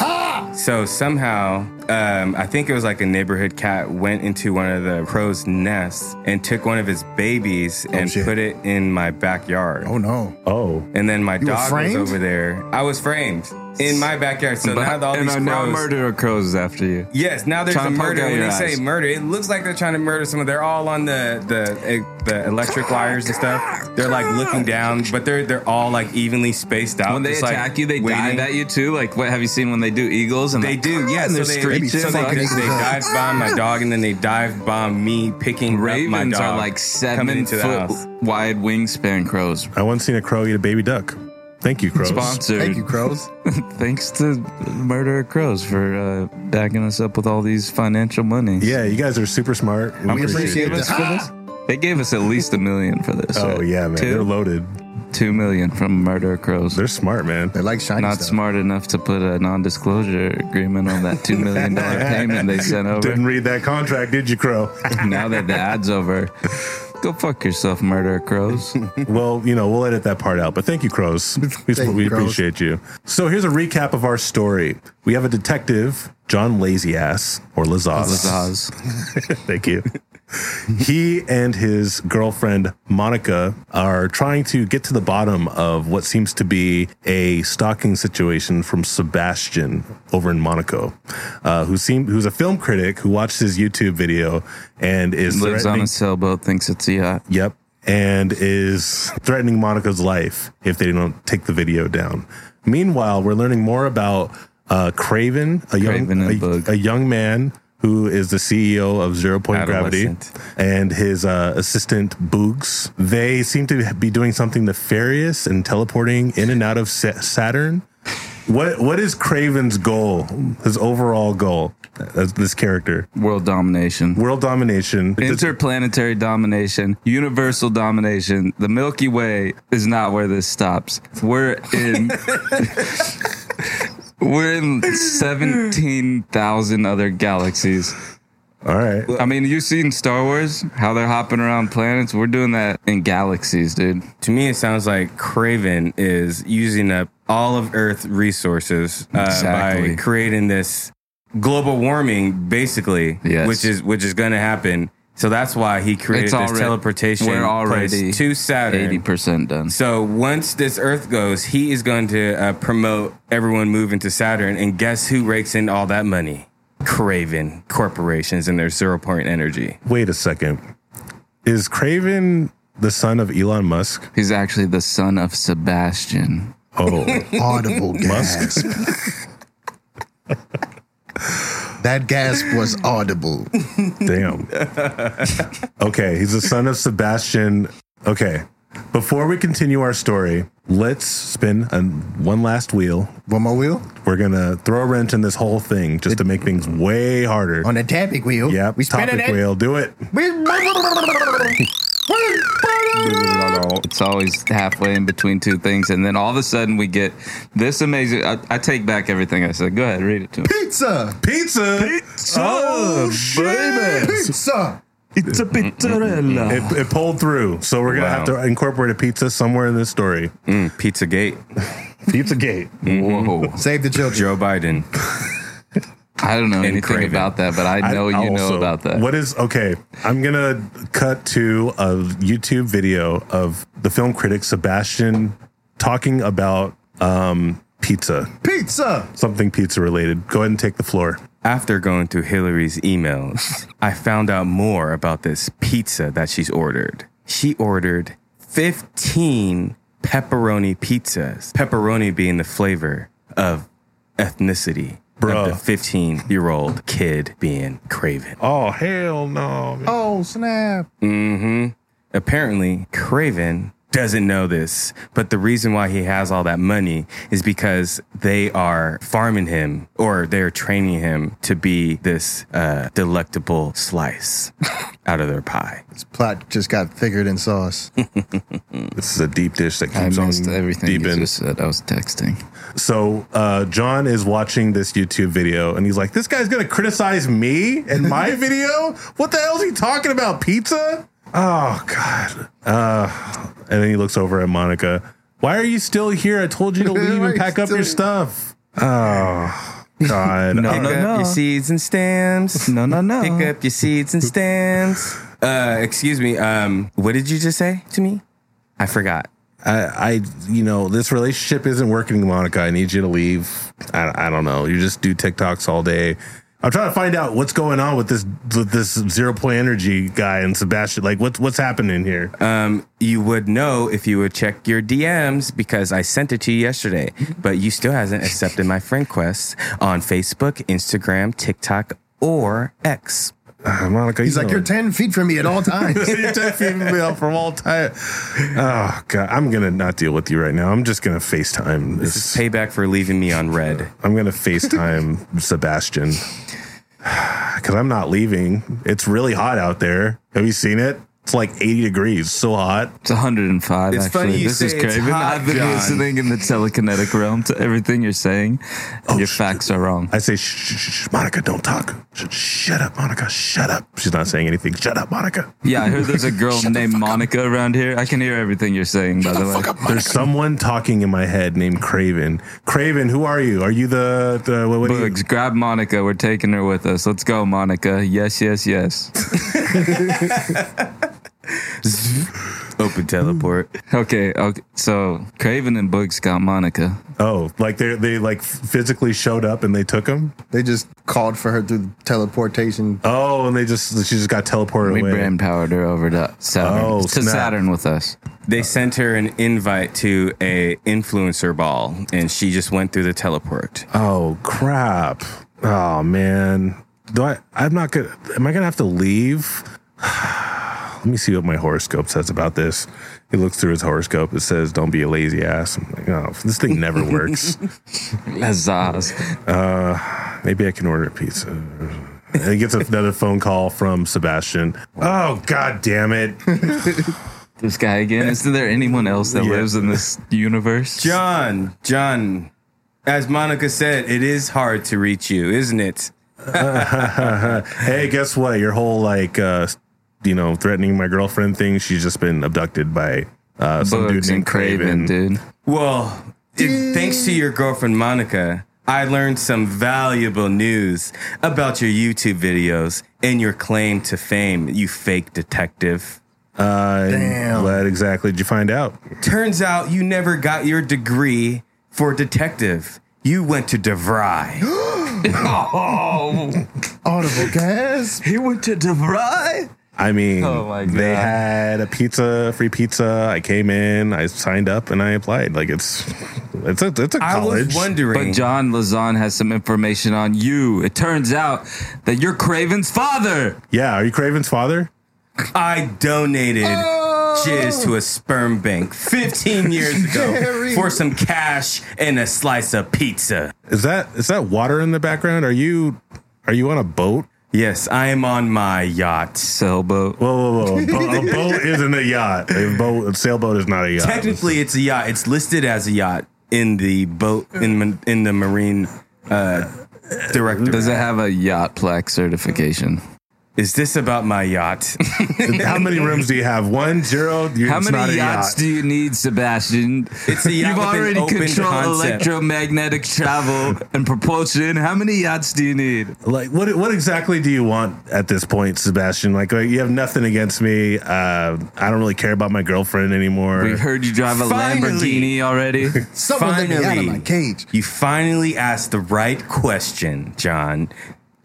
[SPEAKER 4] So somehow, um, I think it was like a neighborhood cat went into one of the crow's nests and took one of his babies
[SPEAKER 3] Oh,
[SPEAKER 4] and
[SPEAKER 1] shit.
[SPEAKER 4] put it in my backyard.
[SPEAKER 1] Oh no.
[SPEAKER 2] Oh.
[SPEAKER 4] And then my
[SPEAKER 1] were
[SPEAKER 4] dog was
[SPEAKER 1] framed?
[SPEAKER 4] over there. I was framed in my backyard. So now all
[SPEAKER 3] and
[SPEAKER 4] these
[SPEAKER 3] I now
[SPEAKER 4] crows.
[SPEAKER 3] murderer crows after you.
[SPEAKER 4] Yes, now there's a
[SPEAKER 3] Trying to poke
[SPEAKER 4] murder.
[SPEAKER 3] out
[SPEAKER 4] When
[SPEAKER 3] your
[SPEAKER 4] they
[SPEAKER 3] eyes.
[SPEAKER 4] say murder, it looks like they're trying to murder someone. They're all on the the eh, the electric wires and stuff. They're like looking down, but they're they're all like evenly spaced out.
[SPEAKER 3] When they
[SPEAKER 4] just, like,
[SPEAKER 3] attack you, they
[SPEAKER 4] waiting.
[SPEAKER 3] dive at you too. Like what have you seen when they do eagles? And
[SPEAKER 4] They
[SPEAKER 3] like,
[SPEAKER 4] do, yeah.
[SPEAKER 3] And
[SPEAKER 4] So
[SPEAKER 3] they're
[SPEAKER 4] they,
[SPEAKER 3] screeching.
[SPEAKER 4] so they,
[SPEAKER 3] like,
[SPEAKER 4] they, dive bomb my dog, and then they dive bomb me, picking up my
[SPEAKER 3] ravens
[SPEAKER 4] dog.
[SPEAKER 3] are like
[SPEAKER 4] coming
[SPEAKER 3] seven
[SPEAKER 4] into the
[SPEAKER 3] foot
[SPEAKER 4] house.
[SPEAKER 3] wide wingspan crows.
[SPEAKER 2] I once seen a crow eat a baby duck. Thank you, crows.
[SPEAKER 3] Sponsored.
[SPEAKER 1] Thank you, crows.
[SPEAKER 3] Thanks to Murderer Crows for uh, backing us up with all these financial monies.
[SPEAKER 2] Yeah, you guys are super smart. We
[SPEAKER 1] We appreciate Ah!
[SPEAKER 2] you.
[SPEAKER 1] this for this.
[SPEAKER 3] They gave us at least a million for this.
[SPEAKER 2] Oh
[SPEAKER 3] right?
[SPEAKER 2] yeah, man. They're
[SPEAKER 3] Two,
[SPEAKER 2] loaded.
[SPEAKER 3] two million from Murderer Crows.
[SPEAKER 2] They're smart, man.
[SPEAKER 1] They like shiny
[SPEAKER 3] not
[SPEAKER 1] stuff.
[SPEAKER 3] smart enough to put a non-disclosure agreement on that two million dollar payment they sent over.
[SPEAKER 2] Didn't read that contract, did you, Crow?
[SPEAKER 3] Now that the ad's over, go fuck yourself, murderer crows.
[SPEAKER 2] well, you know, we'll edit that part out. But thank you, Crows. We,
[SPEAKER 1] Thank
[SPEAKER 2] we
[SPEAKER 1] you, Crows.
[SPEAKER 2] appreciate you. So here's a recap of our story. We have a detective, John Lazyass, or Lazaz.
[SPEAKER 3] Zaz.
[SPEAKER 2] Thank you. he and his girlfriend Monica are trying to get to the bottom of what seems to be a stalking situation from Sebastian over in Monaco, uh, who seem who's a film critic who watched his YouTube video and is
[SPEAKER 3] Lives on
[SPEAKER 2] threatening-
[SPEAKER 3] a sailboat, thinks it's E a yacht.
[SPEAKER 2] Yep. And is threatening Monica's life if they don't take the video down. Meanwhile, we're learning more about uh, Craven, a young
[SPEAKER 3] Craven and
[SPEAKER 2] a-
[SPEAKER 3] Bug.
[SPEAKER 2] a, young man who is the CEO of Zero Point Gravity
[SPEAKER 4] Adolescent.
[SPEAKER 2] and his uh, assistant Boogs. They seem to be doing something nefarious and teleporting in and out of Sa- Saturn. What what is Craven's goal? His overall goal as this character,
[SPEAKER 3] World domination.
[SPEAKER 2] world domination.
[SPEAKER 3] Interplanetary domination, universal domination. The Milky Way is not where this stops. We're in We're in 17,000 other galaxies.
[SPEAKER 2] All right.
[SPEAKER 3] I mean, you've seen Star Wars, how they're hopping around planets. We're doing that in galaxies, dude.
[SPEAKER 4] To me, it sounds like Craven is using up all of Earth's resources uh,
[SPEAKER 3] Exactly.
[SPEAKER 4] by creating this global warming, basically,
[SPEAKER 3] Yes.
[SPEAKER 4] which is which is going to happen. So that's why he created
[SPEAKER 3] It's
[SPEAKER 4] this
[SPEAKER 3] already-
[SPEAKER 4] teleportation
[SPEAKER 3] we're already
[SPEAKER 4] place to Saturn.
[SPEAKER 3] 80% done.
[SPEAKER 4] So once this Earth goes, he is going to uh, promote everyone moving to Saturn, and guess who rakes in all that money? Craven corporations and their zero point energy.
[SPEAKER 2] Wait a second. Is Craven the son of Elon Musk?
[SPEAKER 3] He's actually the son of Sebastian.
[SPEAKER 2] Oh,
[SPEAKER 1] Audible gasp. that gasp was audible.
[SPEAKER 2] damn. Okay, he's the son of Sebastian. Okay. Before we continue our story, let's spin an, one last wheel.
[SPEAKER 1] One more wheel?
[SPEAKER 2] We're going to throw a wrench in this whole thing just to make things way harder.
[SPEAKER 1] On the topic wheel.
[SPEAKER 2] Yep,
[SPEAKER 1] We spinning
[SPEAKER 2] topic
[SPEAKER 1] it.
[SPEAKER 2] wheel. Do it.
[SPEAKER 3] It's always halfway in between two things. And then all of a sudden we get this amazing. I, I take back everything I said. Go ahead, read it to him.
[SPEAKER 1] Pizza.
[SPEAKER 2] Pizza. Oh, baby.
[SPEAKER 1] Pizza.
[SPEAKER 2] It's a pizzarella. It, it pulled through. So we're going to
[SPEAKER 4] Wow.
[SPEAKER 2] have to incorporate a pizza somewhere in this story.
[SPEAKER 4] Mm, Pizzagate,
[SPEAKER 2] Pizza Gate.
[SPEAKER 3] Whoa.
[SPEAKER 1] Save the children.
[SPEAKER 4] Joe Biden.
[SPEAKER 3] I don't know anything
[SPEAKER 4] Craven.
[SPEAKER 3] about that, but I know you know
[SPEAKER 2] also-
[SPEAKER 3] about that.
[SPEAKER 2] What is okay? I'm gonna cut to a YouTube video of the film critic Sebastian talking about um, pizza,
[SPEAKER 1] Pizza.
[SPEAKER 2] something pizza related. Go ahead and take the floor.
[SPEAKER 4] After going through Hillary's emails, I found out more about this pizza that she's ordered. She ordered 15 pepperoni pizzas, pepperoni being the flavor of ethnicity.
[SPEAKER 2] Bruh.
[SPEAKER 4] Of the 15 year old kid being Craven.
[SPEAKER 2] Oh hell no!
[SPEAKER 1] Oh, snap.
[SPEAKER 4] Apparently, Craven doesn't know this, but the reason why he has all that money is because they are farming him or they're training him to be this uh, delectable slice out of their pie.
[SPEAKER 1] This plot just got thicker than sauce.
[SPEAKER 2] This is a deep dish that
[SPEAKER 3] I
[SPEAKER 2] keeps
[SPEAKER 3] missed
[SPEAKER 2] on
[SPEAKER 3] everything
[SPEAKER 2] deep
[SPEAKER 3] you
[SPEAKER 2] in.
[SPEAKER 3] just said. I was texting.
[SPEAKER 2] So uh, John is watching this YouTube video and he's like, "This guy's gonna criticize me and my video? What the hell is he talking about? Pizza? Oh God!" Uh, and then he looks over at Monica. Why are you still here? I told you to leave
[SPEAKER 1] Why are
[SPEAKER 2] and
[SPEAKER 1] you
[SPEAKER 2] pack up
[SPEAKER 1] still
[SPEAKER 2] your
[SPEAKER 1] here?"
[SPEAKER 2] stuff. Oh God!
[SPEAKER 3] No, no,
[SPEAKER 4] Pick up
[SPEAKER 3] no.
[SPEAKER 4] your seeds and stems.
[SPEAKER 3] No, no, no.
[SPEAKER 4] Pick up your seeds and stems. Uh, excuse me. Um, what did you just say to me? I forgot.
[SPEAKER 2] I, I, you know, this relationship isn't working, Monica. I need you to leave. I, I don't know. You just do TikToks all day. I'm trying to find out what's going on with this with this zero point energy guy and Sebastian. Like, what's what's happening here?
[SPEAKER 4] You would know if you would check your DMs because I sent it to you yesterday, but you still hasn't accepted my friend quest on Facebook, Instagram, TikTok, or X.
[SPEAKER 2] Uh, Monica,
[SPEAKER 1] He's like, you're 10 feet from me at all times.
[SPEAKER 2] you're taking me out from all time. Oh God, I'm gonna not deal with you right now. I'm just gonna Facetime. This.
[SPEAKER 4] Payback for leaving me on red.
[SPEAKER 2] I'm gonna Facetime Sebastian because I'm not leaving. It's really hot out there. Have you seen it? It's like 80 degrees. So hot.
[SPEAKER 3] It's 105.
[SPEAKER 4] It's
[SPEAKER 3] actually.
[SPEAKER 4] funny you
[SPEAKER 3] this
[SPEAKER 4] say
[SPEAKER 3] is
[SPEAKER 4] it's
[SPEAKER 3] Craven.
[SPEAKER 4] hot,
[SPEAKER 3] I've been
[SPEAKER 4] John.
[SPEAKER 3] listening in the telekinetic realm to everything you're saying. and your facts are wrong.
[SPEAKER 2] I say, shh, shh, shh, shh, Monica, don't talk. Sh- shut up, Monica. Shut up. She's not saying anything. Shut up, Monica.
[SPEAKER 3] Yeah, I heard there's a girl named Monica around here. I can hear everything you're saying, by the, way.
[SPEAKER 2] There's someone talking in my head named Craven. Craven, who are you? Are you the the what, what are you?
[SPEAKER 3] Bugs, grab Monica. We're taking her with us. Let's go, Monica. Yes, yes, yes.
[SPEAKER 4] Open teleport.
[SPEAKER 3] Okay, okay. So Craven and Bugs got Monica.
[SPEAKER 2] Oh, like they they like physically showed up and they took him.
[SPEAKER 1] they just called for her through teleportation.
[SPEAKER 2] Oh, and they just she just got teleported
[SPEAKER 3] We
[SPEAKER 2] away.
[SPEAKER 3] brand powered her over to Saturn.
[SPEAKER 2] Oh,
[SPEAKER 3] to
[SPEAKER 2] snap.
[SPEAKER 3] Saturn with us.
[SPEAKER 4] They sent her an invite to a influencer ball, and she just went through the teleport.
[SPEAKER 2] Oh crap! Oh man, do I? I'm not gonna. Am I gonna have to leave? Let me see what my horoscope says about this. He looks through his horoscope. It says, "Don't be a lazy ass." I'm like, oh, this thing never works.
[SPEAKER 3] Lazaz.
[SPEAKER 2] Maybe I can order a pizza. And he gets another phone call from Sebastian. Oh god damn it!
[SPEAKER 3] This guy again. Isn't there anyone else that
[SPEAKER 2] Yeah.
[SPEAKER 3] lives in this universe?
[SPEAKER 4] John, John, As Monica said, it is hard to reach you, isn't it?
[SPEAKER 2] hey, guess what? Your whole like, uh, you know, threatening my girlfriend thing. She's just been abducted by uh, some dude
[SPEAKER 3] Bugs
[SPEAKER 2] named
[SPEAKER 3] and Craven,
[SPEAKER 2] Craven.
[SPEAKER 3] dude.
[SPEAKER 4] Well, it, thanks to your girlfriend Monica, I learned some valuable news about your YouTube videos and your claim to fame, you fake detective.
[SPEAKER 2] Uh,
[SPEAKER 1] Damn.
[SPEAKER 2] What exactly did you find out?
[SPEAKER 4] Turns out you never got your degree for detective. You went to DeVry.
[SPEAKER 2] Oh,
[SPEAKER 1] Audible gas.
[SPEAKER 3] He went to DeVry?
[SPEAKER 2] I mean,
[SPEAKER 3] Oh my God.
[SPEAKER 2] they had a pizza, free pizza. I came in, I signed up, and I applied. Like it's, it's a, it's a
[SPEAKER 4] I
[SPEAKER 2] college.
[SPEAKER 4] was wondering.
[SPEAKER 3] But John Lazan has some information on you. It turns out that you're Craven's father.
[SPEAKER 2] yeah, are you Craven's father?
[SPEAKER 4] I donated jizz to a sperm bank 15 years ago
[SPEAKER 1] Jerry.
[SPEAKER 4] for some cash and a slice of pizza.
[SPEAKER 2] Is that is that water in the background? Are you are you on a boat?
[SPEAKER 4] Yes, I am on my yacht.
[SPEAKER 3] Sailboat.
[SPEAKER 2] Whoa, whoa, whoa! A, bo- a boat isn't a yacht. A boat, a sailboat is not a yacht.
[SPEAKER 4] Technically, it's a yacht. It's listed as a yacht in the boat in ma- in the marine uh, director.
[SPEAKER 3] Does it have a yacht plaque certification?
[SPEAKER 4] Is this about my yacht?
[SPEAKER 2] How many rooms do you have? One, zero. You-
[SPEAKER 3] How
[SPEAKER 2] it's not a
[SPEAKER 3] many
[SPEAKER 2] yacht.
[SPEAKER 3] yachts do you need, Sebastian?
[SPEAKER 4] It's a yacht
[SPEAKER 3] You've
[SPEAKER 4] with an
[SPEAKER 3] already
[SPEAKER 4] open
[SPEAKER 3] controlled
[SPEAKER 4] concept.
[SPEAKER 3] electromagnetic travel and propulsion. How many yachts do you need?
[SPEAKER 2] like what? What exactly do you want at this point, Sebastian? Like, like, you have nothing against me. Uh, I don't really care about my girlfriend anymore.
[SPEAKER 3] We heard you drive a
[SPEAKER 4] Finally.
[SPEAKER 3] Lamborghini already.
[SPEAKER 1] Someone let me out of
[SPEAKER 4] Finally.
[SPEAKER 1] my cage.
[SPEAKER 4] you finally asked the right question, John.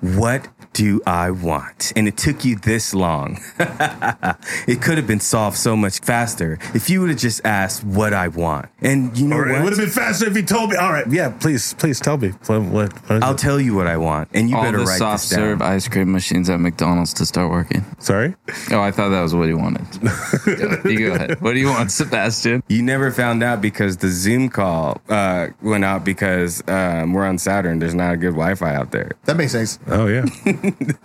[SPEAKER 4] What do I want? And it took you this long. it could have been solved so much faster if you would have just asked what I want. And you know
[SPEAKER 2] Or it would
[SPEAKER 4] what?
[SPEAKER 2] have been faster if you told me. All right, yeah, please, please tell me. What, what, what is
[SPEAKER 4] I'll
[SPEAKER 2] it?
[SPEAKER 4] tell you what I want, and you
[SPEAKER 3] All
[SPEAKER 4] better
[SPEAKER 3] the
[SPEAKER 4] write
[SPEAKER 3] soft
[SPEAKER 4] this down.
[SPEAKER 3] serve ice cream machines at McDonald's to start working.
[SPEAKER 2] Sorry?
[SPEAKER 3] Oh, I thought that was what he wanted. Go- you go ahead. What do you want, Sebastian?
[SPEAKER 4] You never found out because the Zoom call uh, went out because um, we're on Saturn. There's not a good Wi-Fi out there.
[SPEAKER 1] That makes sense.
[SPEAKER 2] Oh, yeah.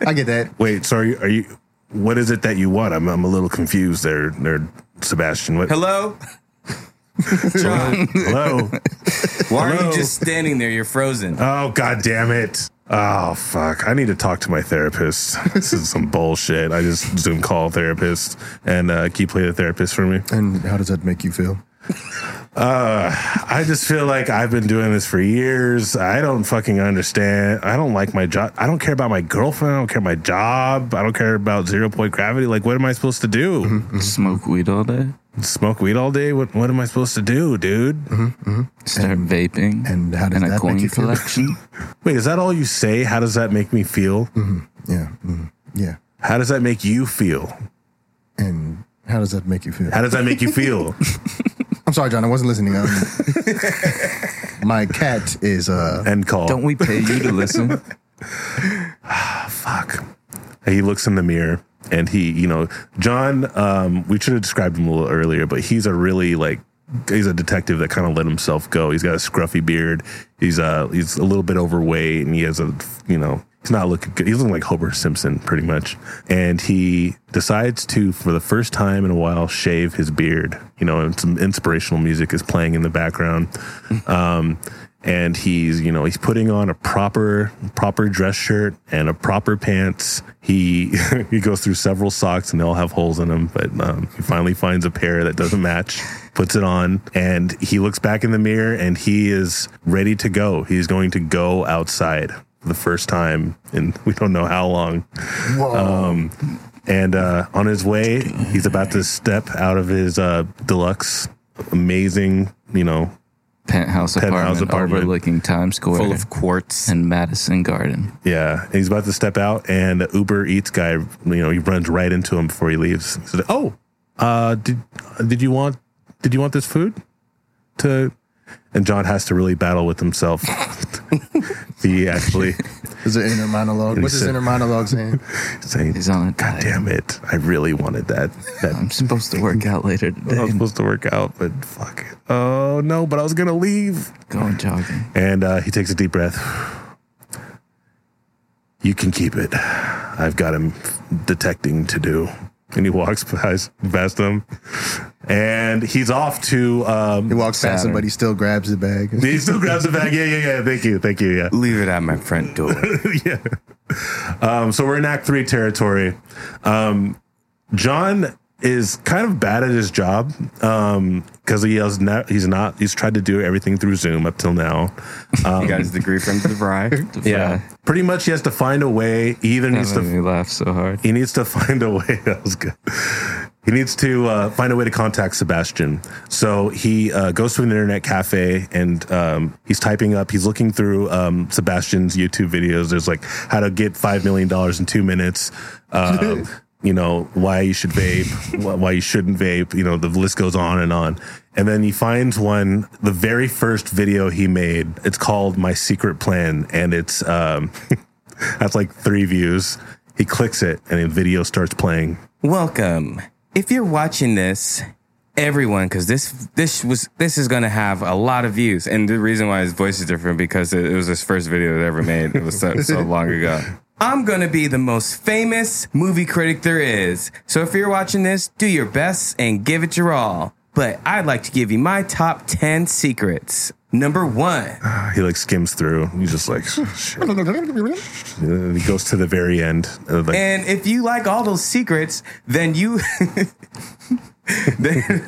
[SPEAKER 1] I get that.
[SPEAKER 2] Wait, sorry. Are you, what is it that you want? I'm, I'm a little confused there, there Sebastian. What,
[SPEAKER 4] Hello, John.
[SPEAKER 2] hello?
[SPEAKER 4] Why are
[SPEAKER 2] Hello?
[SPEAKER 4] you just standing there? You're frozen.
[SPEAKER 2] oh, God damn it. Oh, fuck. I need to talk to my therapist. This is some bullshit. I just Zoom call therapist and uh, keep play the therapist for me.
[SPEAKER 1] And how does that make you feel?
[SPEAKER 2] I just feel like I've been doing this for years. I don't fucking understand. I don't like my job. I don't care about my girlfriend. I don't care my job. I don't care about zero point gravity. Like, what am I supposed to do?
[SPEAKER 3] Smoke weed all day?
[SPEAKER 2] Smoke weed all day? What What am I supposed to do, dude?
[SPEAKER 3] Start vaping?
[SPEAKER 1] and how does
[SPEAKER 3] and a
[SPEAKER 1] that make
[SPEAKER 3] coin
[SPEAKER 1] you feel?
[SPEAKER 3] collection?
[SPEAKER 2] Wait, is that all you say? How does that make me feel?
[SPEAKER 1] Yeah. Mm, yeah.
[SPEAKER 2] How does that make you feel?
[SPEAKER 1] And how does that make you feel?
[SPEAKER 2] How does that make you feel?
[SPEAKER 1] I'm sorry, John. I wasn't listening. Um, my cat is uh,
[SPEAKER 2] End call.
[SPEAKER 3] Don't we pay you to listen?
[SPEAKER 2] fuck. And he looks in the mirror and he, you know, John, um, we should have described him a little earlier, but he's a really like, he's a detective that kind of let himself go. He's got a scruffy beard. He's, uh, he's a little bit overweight and he has a, you know, he's not looking good. He's looking like Homer Simpson pretty much. And he decides to, for the first time in a while, shave his beard, you know, and some inspirational music is playing in the background. Um, and he's you know he's putting on a proper proper dress shirt and a proper pants he he goes through several socks and they all have holes in them but um, he finally finds a pair that doesn't match puts it on and he looks back in the mirror and he is ready to go he's going to go outside for the first time and we don't know how long
[SPEAKER 1] uh,
[SPEAKER 2] um, and uh, on his way, he's about to step out of his uh, deluxe, amazing, you know,
[SPEAKER 3] Penthouse apartment,
[SPEAKER 2] Penthouse apartment.
[SPEAKER 3] overlooking Times Square
[SPEAKER 4] Full of quartz.
[SPEAKER 3] and Madison Garden.
[SPEAKER 2] Yeah, and he's about to step out, and the Uber Eats guy, you know, he runs right into him before he leaves. He says, "Oh, uh, did did you want did you want this food?" To and John has to really battle with himself. he actually
[SPEAKER 1] is an inner monologue. What's his
[SPEAKER 2] said-
[SPEAKER 1] inner monologue saying?
[SPEAKER 2] saying,
[SPEAKER 3] He's on a
[SPEAKER 2] "God
[SPEAKER 3] diet.
[SPEAKER 2] damn it! I really wanted that that
[SPEAKER 3] I'm supposed to work out later
[SPEAKER 2] I was
[SPEAKER 3] today.
[SPEAKER 2] supposed to work out, but fuck it. Oh no, but I was gonna leave."
[SPEAKER 3] Going jogging.
[SPEAKER 2] And uh, he takes a deep breath. You can keep it. I've got him detecting to do. and he walks past, past them, and he's off
[SPEAKER 1] He
[SPEAKER 2] to. Um,
[SPEAKER 1] walks past him,
[SPEAKER 3] Saturn.
[SPEAKER 1] but he still grabs the bag.
[SPEAKER 2] he still grabs the bag. Yeah, yeah, yeah. Thank you, thank you. Yeah,
[SPEAKER 4] Leave it at my front door.
[SPEAKER 2] yeah. Um, so we're in Act Three territory. Um, John is kind of bad at his job because he has not, he's not he's tried to do everything through Zoom up till now.
[SPEAKER 4] you guys degree from the fry.
[SPEAKER 3] Yeah.
[SPEAKER 2] pretty much he has to find a way. He either needs
[SPEAKER 3] That
[SPEAKER 2] to
[SPEAKER 3] made me laugh so hard.
[SPEAKER 2] he needs to find a way. That was good. He needs to uh, find a way to contact Sebastian. So he uh, goes to an internet cafe and um, he's typing up. He's looking through um, Sebastian's YouTube videos. There's like how to get five million dollars in two minutes. Um, you know why you should vape, wh- why you shouldn't vape. You know the list goes on and on. And then he finds one. The very first video he made. It's called "My Secret Plan," and it's um, that's like three views. He clicks it and the video starts playing.
[SPEAKER 4] Welcome. If you're watching this, everyone, because this this was this is gonna have a lot of views, and the reason why his voice is different because it, it was his first video that ever made. It was so, so long ago. I'm gonna be the most famous movie critic there is. So if you're watching this, do your best and give it your all. But I'd like to give you my top ten secrets. Number one.
[SPEAKER 2] He like skims through. He's just like, shit. And he goes to the very end. Uh, like,
[SPEAKER 4] And if you like all those secrets, then you. then,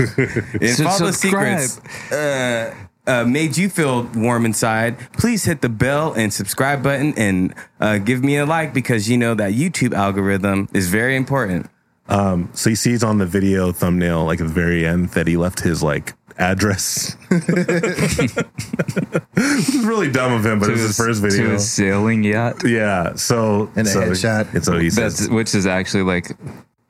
[SPEAKER 4] if
[SPEAKER 3] So
[SPEAKER 4] all those
[SPEAKER 3] subscribe.
[SPEAKER 4] secrets uh, uh, made you feel warm inside, please hit the bell and subscribe button and uh, give me a like because you know that YouTube algorithm is very important.
[SPEAKER 2] so he sees on the video thumbnail, like at the very end, that he left his like address. This is really dumb of him, but it's his first
[SPEAKER 3] To
[SPEAKER 2] video.
[SPEAKER 3] his sailing yacht,
[SPEAKER 2] Yeah. So
[SPEAKER 1] And a
[SPEAKER 2] so,
[SPEAKER 1] headshot.
[SPEAKER 2] And so he
[SPEAKER 3] that's,
[SPEAKER 2] says,
[SPEAKER 3] which is actually like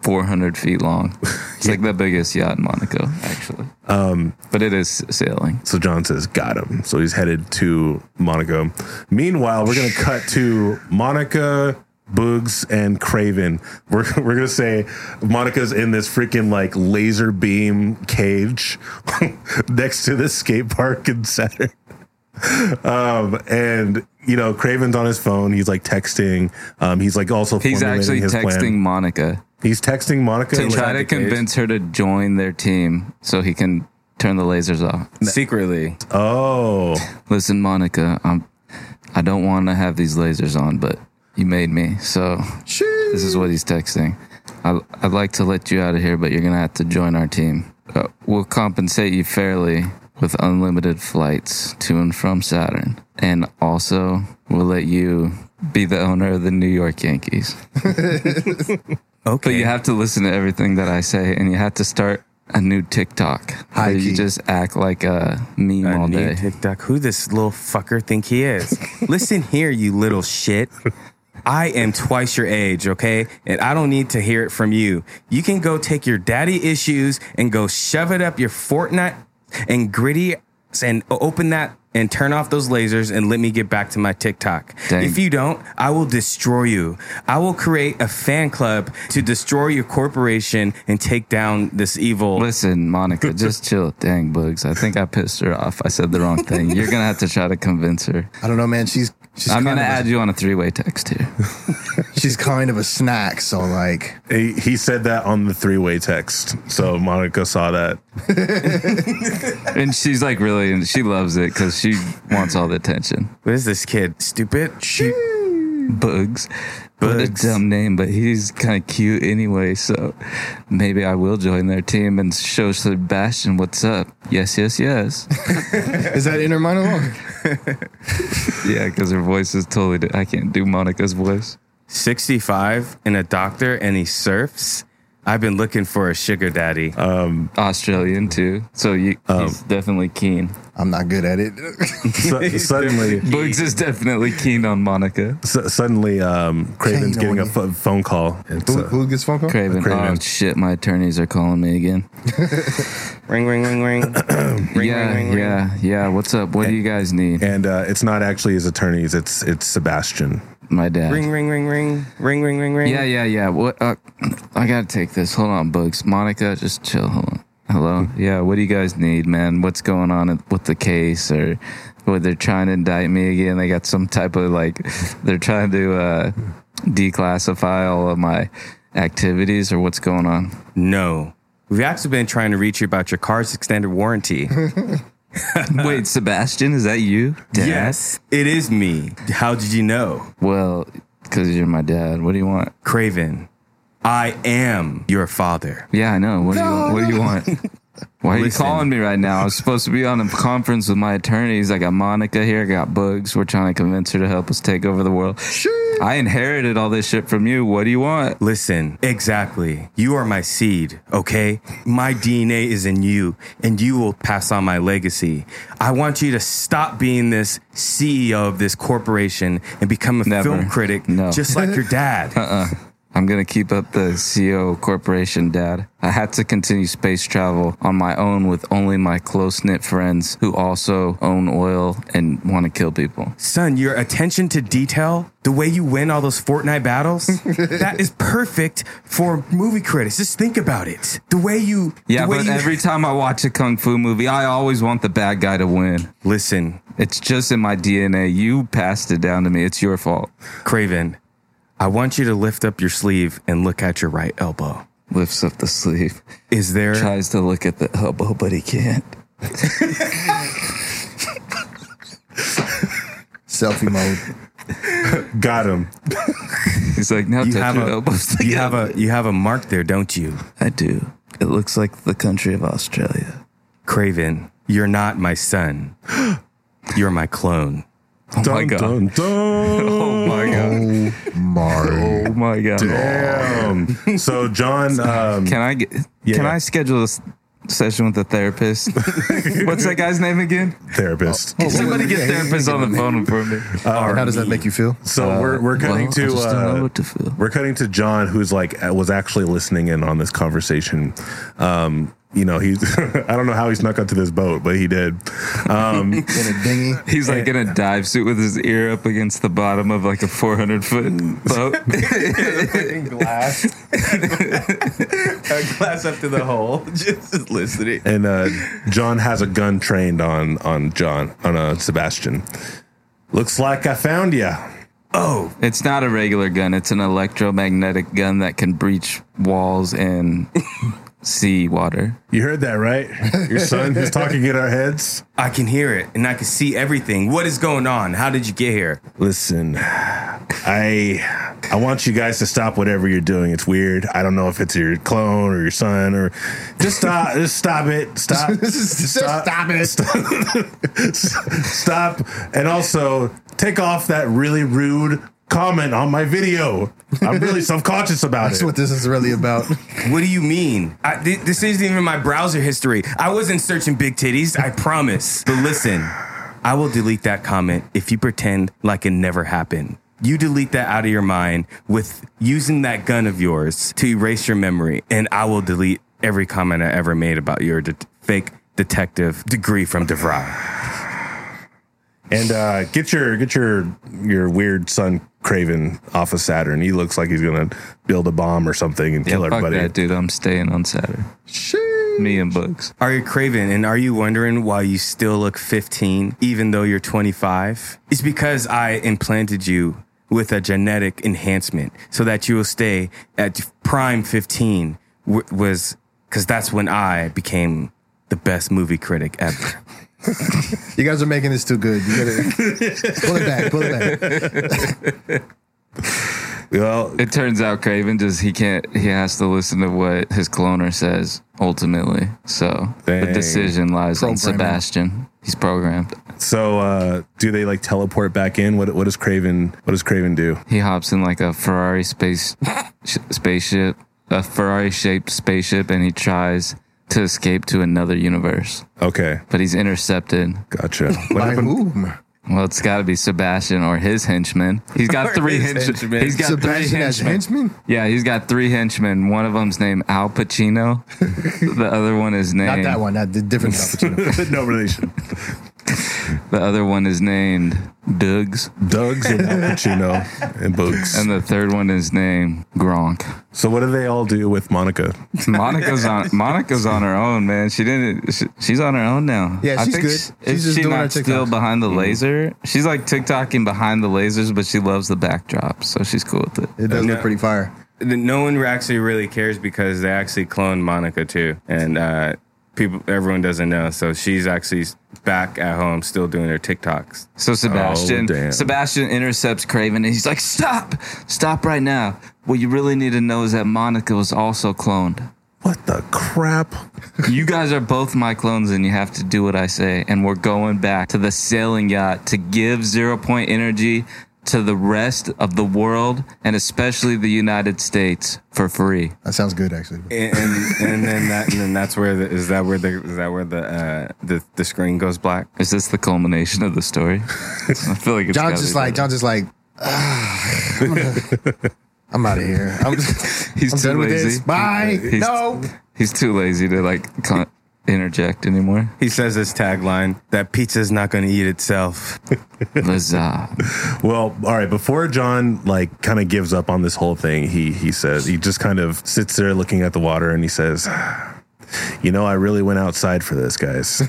[SPEAKER 3] 400 feet long. It's like the biggest yacht in Monaco, actually. Um, but it is sailing.
[SPEAKER 2] So John says, got him. So he's headed to Monaco. Meanwhile, we're going to cut to Monica, Boogs, and Craven. We're, we're going to say Monica's in this freaking like laser beam cage next to this skate park in Saturn. Um, and, you know, Craven's on his phone. He's like texting. Um, he's like also
[SPEAKER 3] He's
[SPEAKER 2] formulating
[SPEAKER 3] actually
[SPEAKER 2] his
[SPEAKER 3] texting
[SPEAKER 2] Plan.
[SPEAKER 3] Monica
[SPEAKER 2] He's texting Monica.
[SPEAKER 3] to
[SPEAKER 2] like-
[SPEAKER 3] try to convince her to join their team so he can turn the lasers off.
[SPEAKER 4] Secretly,
[SPEAKER 2] oh.
[SPEAKER 3] Listen, Monica, I'm, I don't want to have these lasers on, but you made me. So this is what he's texting. I, I'd like to let you out of here, but you're going to have to join our team. Uh, we'll compensate you fairly with unlimited flights to and from Saturn. And also, we'll let you be the owner of the New York Yankees.
[SPEAKER 4] okay.
[SPEAKER 3] But you have to listen to everything that I say, and you have to start a new TikTok. Where
[SPEAKER 1] key.
[SPEAKER 3] you just act like a meme
[SPEAKER 4] a
[SPEAKER 3] all
[SPEAKER 4] new
[SPEAKER 3] day.
[SPEAKER 4] TikTok. Who this little fucker think he is? Listen here, you little shit. I am twice your age, okay? And I don't need to hear it from you. You can go take your daddy issues and go shove it up your Fortnite and gritty and o- open that and turn off those lasers and let me get back to my TikTok.
[SPEAKER 3] Dang.
[SPEAKER 4] If you don't, I will destroy you. I will create a fan club to destroy your corporation and take down this evil.
[SPEAKER 3] Listen, Monica, just chill. Dang, Bugs. I think I pissed her off. I said the wrong thing. You're going to have to try to convince her.
[SPEAKER 1] I don't know, man. She's she's
[SPEAKER 3] I'm going
[SPEAKER 1] kind
[SPEAKER 3] to
[SPEAKER 1] of a-
[SPEAKER 3] add you on a three way text here.
[SPEAKER 1] she's kind of a snack, so like
[SPEAKER 2] He, he said that on the three way text. So Monica saw that.
[SPEAKER 3] And she's like, really, and she loves it because she wants all the attention.
[SPEAKER 4] What is this kid? Stupid? Shoot.
[SPEAKER 3] Bugs. What a
[SPEAKER 4] Bugs.
[SPEAKER 3] dumb name, but he's kind of cute anyway. So maybe I will join their team and show Sebastian what's up. Yes, yes, yes.
[SPEAKER 1] is that inner monologue?
[SPEAKER 3] yeah, because her voice is totally. Di- I can't do Monica's voice.
[SPEAKER 4] 65 and a doctor and he surfs. I've been looking for a sugar daddy.
[SPEAKER 3] Australian too. So you, he's definitely keen.
[SPEAKER 1] I'm not good at it.
[SPEAKER 2] Su- suddenly,
[SPEAKER 3] Bugs is definitely keen on Monica.
[SPEAKER 2] su- suddenly, um, Craven's
[SPEAKER 1] Kane
[SPEAKER 2] getting a
[SPEAKER 1] Owen.
[SPEAKER 2] pho- phone call. It's,
[SPEAKER 1] who,
[SPEAKER 2] uh,
[SPEAKER 1] who gets phone call?
[SPEAKER 3] Craven.
[SPEAKER 2] Craven.
[SPEAKER 3] Oh shit! My attorneys are calling me again.
[SPEAKER 4] ring, ring, ring, ring. ring,
[SPEAKER 3] yeah,
[SPEAKER 4] ring, ring, ring.
[SPEAKER 3] yeah, yeah. What's up? What do you guys need?
[SPEAKER 2] and uh, it's not actually his attorneys. It's it's Sebastian.
[SPEAKER 3] My dad.
[SPEAKER 4] Ring, ring, ring, ring. Ring, ring, ring, ring.
[SPEAKER 3] Yeah, yeah, yeah. What? Uh, I gotta take this. Hold on, Bugs. Monica, just chill. Hold on. Hello.
[SPEAKER 4] Hmm.
[SPEAKER 3] yeah. What do you guys need, man? What's going on with the case or? What they're trying to indict me again? They got some type of like, they're trying to uh, declassify all of my activities or what's going on?
[SPEAKER 4] No. We've actually been trying to reach you about your car's extended warranty. Uh,
[SPEAKER 3] Wait, Sebastian, is that you? Dad?
[SPEAKER 4] It is me. How did you know?
[SPEAKER 3] Well, because you're my dad. What do you want?
[SPEAKER 4] Craven, I am your father.
[SPEAKER 3] Yeah, I know. What do you want? What do you want? Why are
[SPEAKER 4] Listen.
[SPEAKER 3] you calling me right now? I was supposed to be on a conference with my attorneys. I got Monica here. I got Bugs. We're trying to convince her to help us take over the world. Sure. I inherited all this shit from you. What do you want?
[SPEAKER 4] Listen, exactly. You are my seed, okay? My DNA is in you, and you will pass on my legacy. I want you to stop being this CEO of this corporation and become a
[SPEAKER 3] Never.
[SPEAKER 4] film critic,
[SPEAKER 3] No. Uh-uh.
[SPEAKER 4] just like your dad.
[SPEAKER 3] I'm going to keep up the CO corporation, Dad. I had to continue space travel on my own with only my close knit friends who also own oil and want to kill people.
[SPEAKER 4] Son, your attention to detail, the way you win all those Fortnite battles, that is perfect for movie critics. Just think about it. The way you.
[SPEAKER 3] Yeah,
[SPEAKER 4] the way
[SPEAKER 3] but
[SPEAKER 4] you-
[SPEAKER 3] every time I watch a kung fu movie, I always want the bad guy to win.
[SPEAKER 4] Listen,
[SPEAKER 3] It's just in my DNA. You passed it down to me. It's your fault.
[SPEAKER 4] Craven, I want you to lift up your sleeve and look at your right elbow.
[SPEAKER 3] Lifts up the sleeve,
[SPEAKER 4] Is there.
[SPEAKER 3] tries to look at the elbow, but he can't.
[SPEAKER 1] Selfie mode.
[SPEAKER 2] Got him.
[SPEAKER 3] He's like, now
[SPEAKER 4] You
[SPEAKER 3] touch
[SPEAKER 4] have
[SPEAKER 3] your
[SPEAKER 4] a-
[SPEAKER 3] elbows.
[SPEAKER 4] You have a you have a mark there, don't you?
[SPEAKER 3] I do. It looks like the country of Australia.
[SPEAKER 4] Craven, you're not my son. You're my clone.
[SPEAKER 3] Oh my god.
[SPEAKER 2] Dun, dun.
[SPEAKER 3] Oh my god.
[SPEAKER 1] Mario.
[SPEAKER 3] Oh my god.
[SPEAKER 2] Damn. So John, um,
[SPEAKER 3] Can I get? Can
[SPEAKER 2] Yeah.
[SPEAKER 3] I schedule a s- session with a therapist? What's that guy's name again?
[SPEAKER 2] therapist.
[SPEAKER 1] Oh,
[SPEAKER 3] Somebody
[SPEAKER 1] yeah,
[SPEAKER 3] get
[SPEAKER 1] yeah,
[SPEAKER 3] therapist
[SPEAKER 1] yeah.
[SPEAKER 3] on the phone for me.
[SPEAKER 1] How does that make you feel?
[SPEAKER 2] So we're we're
[SPEAKER 3] Uh, well,
[SPEAKER 2] cutting
[SPEAKER 3] I
[SPEAKER 2] to
[SPEAKER 3] just don't know
[SPEAKER 2] uh,
[SPEAKER 3] what to feel.
[SPEAKER 2] we're cutting to John, who's like uh, was actually listening in on this conversation. Um, you know, he's I don't know how he snuck onto this boat, but he did. Um,
[SPEAKER 1] In a dinghy?
[SPEAKER 3] He's like in a dive suit with his ear up against the bottom of like a 400 foot boat.
[SPEAKER 4] glass. a glass up to the hole. Just listening.
[SPEAKER 2] and uh, John has a gun trained on on John on uh, Sebastian. Looks like I found you.
[SPEAKER 4] Oh,
[SPEAKER 3] it's not a regular gun. It's an electromagnetic gun that can breach walls and sea water.
[SPEAKER 2] You heard that right? Your son is talking in our heads.
[SPEAKER 4] I can hear it and I can see everything. What is going on? How did you get here?
[SPEAKER 2] Listen, I I want you guys to stop whatever you're doing. It's weird. I don't know if it's your clone or your son or just stop. just stop it. Stop.
[SPEAKER 1] Just stop it.
[SPEAKER 2] stop. And also take off that really rude comment on my video. I'm really self conscious about
[SPEAKER 1] That's
[SPEAKER 2] it.
[SPEAKER 1] what this is really about.
[SPEAKER 4] What do you mean? I, th- this isn't even my browser history. I wasn't searching big titties, I promise. But listen, I will delete that comment if you pretend like it never happened. You delete that out of your mind with using that gun of yours to erase your memory, and I will delete every comment I ever made about your det fake detective degree from DeVry.
[SPEAKER 2] and uh, get your get your your weird son Craven off of Saturn. He looks like he's gonna build a bomb or something and kill
[SPEAKER 3] Fuck
[SPEAKER 2] everybody.
[SPEAKER 3] that, dude. I'm staying on Saturn. Me and Bugs.
[SPEAKER 4] Are you craven and are you wondering why you still look 15 even though you're 25? It's because I implanted you with a genetic enhancement so that you will stay at prime 15 w- was cuz that's when I became the best movie critic ever.
[SPEAKER 1] You guys are making this too good. You gotta pull it back, pull it back.
[SPEAKER 2] Well,
[SPEAKER 3] It turns out Craven just he can't he has to listen to what his cloner says ultimately. So the
[SPEAKER 2] Dang.
[SPEAKER 3] decision lies
[SPEAKER 1] Programming.
[SPEAKER 3] on Sebastian. He's programmed.
[SPEAKER 2] so uh, do they like teleport back in? What what does Craven what does Craven do?
[SPEAKER 3] He hops in like a Ferrari space sh- spaceship, a Ferrari shaped spaceship, and he tries to escape to another universe.
[SPEAKER 2] Okay,
[SPEAKER 3] But he's intercepted.
[SPEAKER 2] gotcha. What
[SPEAKER 1] By
[SPEAKER 2] happened?
[SPEAKER 1] whom?
[SPEAKER 3] Well, it's got to be Sebastian or his henchman. He's got three
[SPEAKER 4] his
[SPEAKER 3] henchmen.
[SPEAKER 4] henchmen.
[SPEAKER 3] He's got three
[SPEAKER 1] Sebastian as
[SPEAKER 3] henchmen.
[SPEAKER 1] henchman?
[SPEAKER 3] Yeah, he's got three henchmen. One of them's named Al Pacino. the other one is named.
[SPEAKER 1] Not that one, not the different opportunity.
[SPEAKER 2] no relation.
[SPEAKER 3] The other one is named Duggs,
[SPEAKER 2] Doug's and Al Pacino and Boogs.
[SPEAKER 3] and the third one is named Gronk.
[SPEAKER 2] So what do they all do with Monica?
[SPEAKER 3] Monica's on Monica's on her own, man. She didn't. She, she's on her own now.
[SPEAKER 1] Yeah, she's good.
[SPEAKER 3] She's
[SPEAKER 1] She's
[SPEAKER 3] is
[SPEAKER 1] just
[SPEAKER 3] she
[SPEAKER 1] doing her
[SPEAKER 3] not still
[SPEAKER 1] TikToks.
[SPEAKER 3] behind the laser? She's like TikToking behind the lasers, but she loves the backdrop, so she's cool with it.
[SPEAKER 1] It does look pretty fire.
[SPEAKER 4] th- no one actually really cares because they actually cloned Monica too, and uh, people, everyone doesn't know. So she's actually back at home still doing her TikToks.
[SPEAKER 3] So Sebastian,
[SPEAKER 4] Oh, damn.
[SPEAKER 3] Sebastian intercepts Craven, and he's like, "Stop! Stop right now! What you really need to know is that Monica was also cloned.
[SPEAKER 2] What the crap?
[SPEAKER 3] You guys are both my clones, and you have to do what I say. And we're going back to the sailing yacht to give zero point energy to the rest of the world, and especially the United States, for free.
[SPEAKER 1] That sounds good, actually.
[SPEAKER 4] And and, and then that and then that's where the, is that where the is that where the uh, the the screen goes black?
[SPEAKER 3] Is this the culmination of the story? I feel like it's
[SPEAKER 1] John
[SPEAKER 3] gotta
[SPEAKER 1] just
[SPEAKER 3] be
[SPEAKER 1] like
[SPEAKER 3] that.
[SPEAKER 1] John just like. "Ah, I'm, out of here. I'm,
[SPEAKER 3] He's
[SPEAKER 1] I'm
[SPEAKER 3] too
[SPEAKER 1] done with
[SPEAKER 3] lazy.
[SPEAKER 1] this. Bye.
[SPEAKER 3] He's-
[SPEAKER 1] no.
[SPEAKER 3] He's too lazy to like con- interject anymore.
[SPEAKER 4] He says his tagline that pizza's not going to eat itself.
[SPEAKER 3] Huzzah.
[SPEAKER 2] Well, all right. Before John like kind of gives up on this whole thing, he he says he just kind of sits there looking at the water and he says, "You know, I really went outside for this, guys."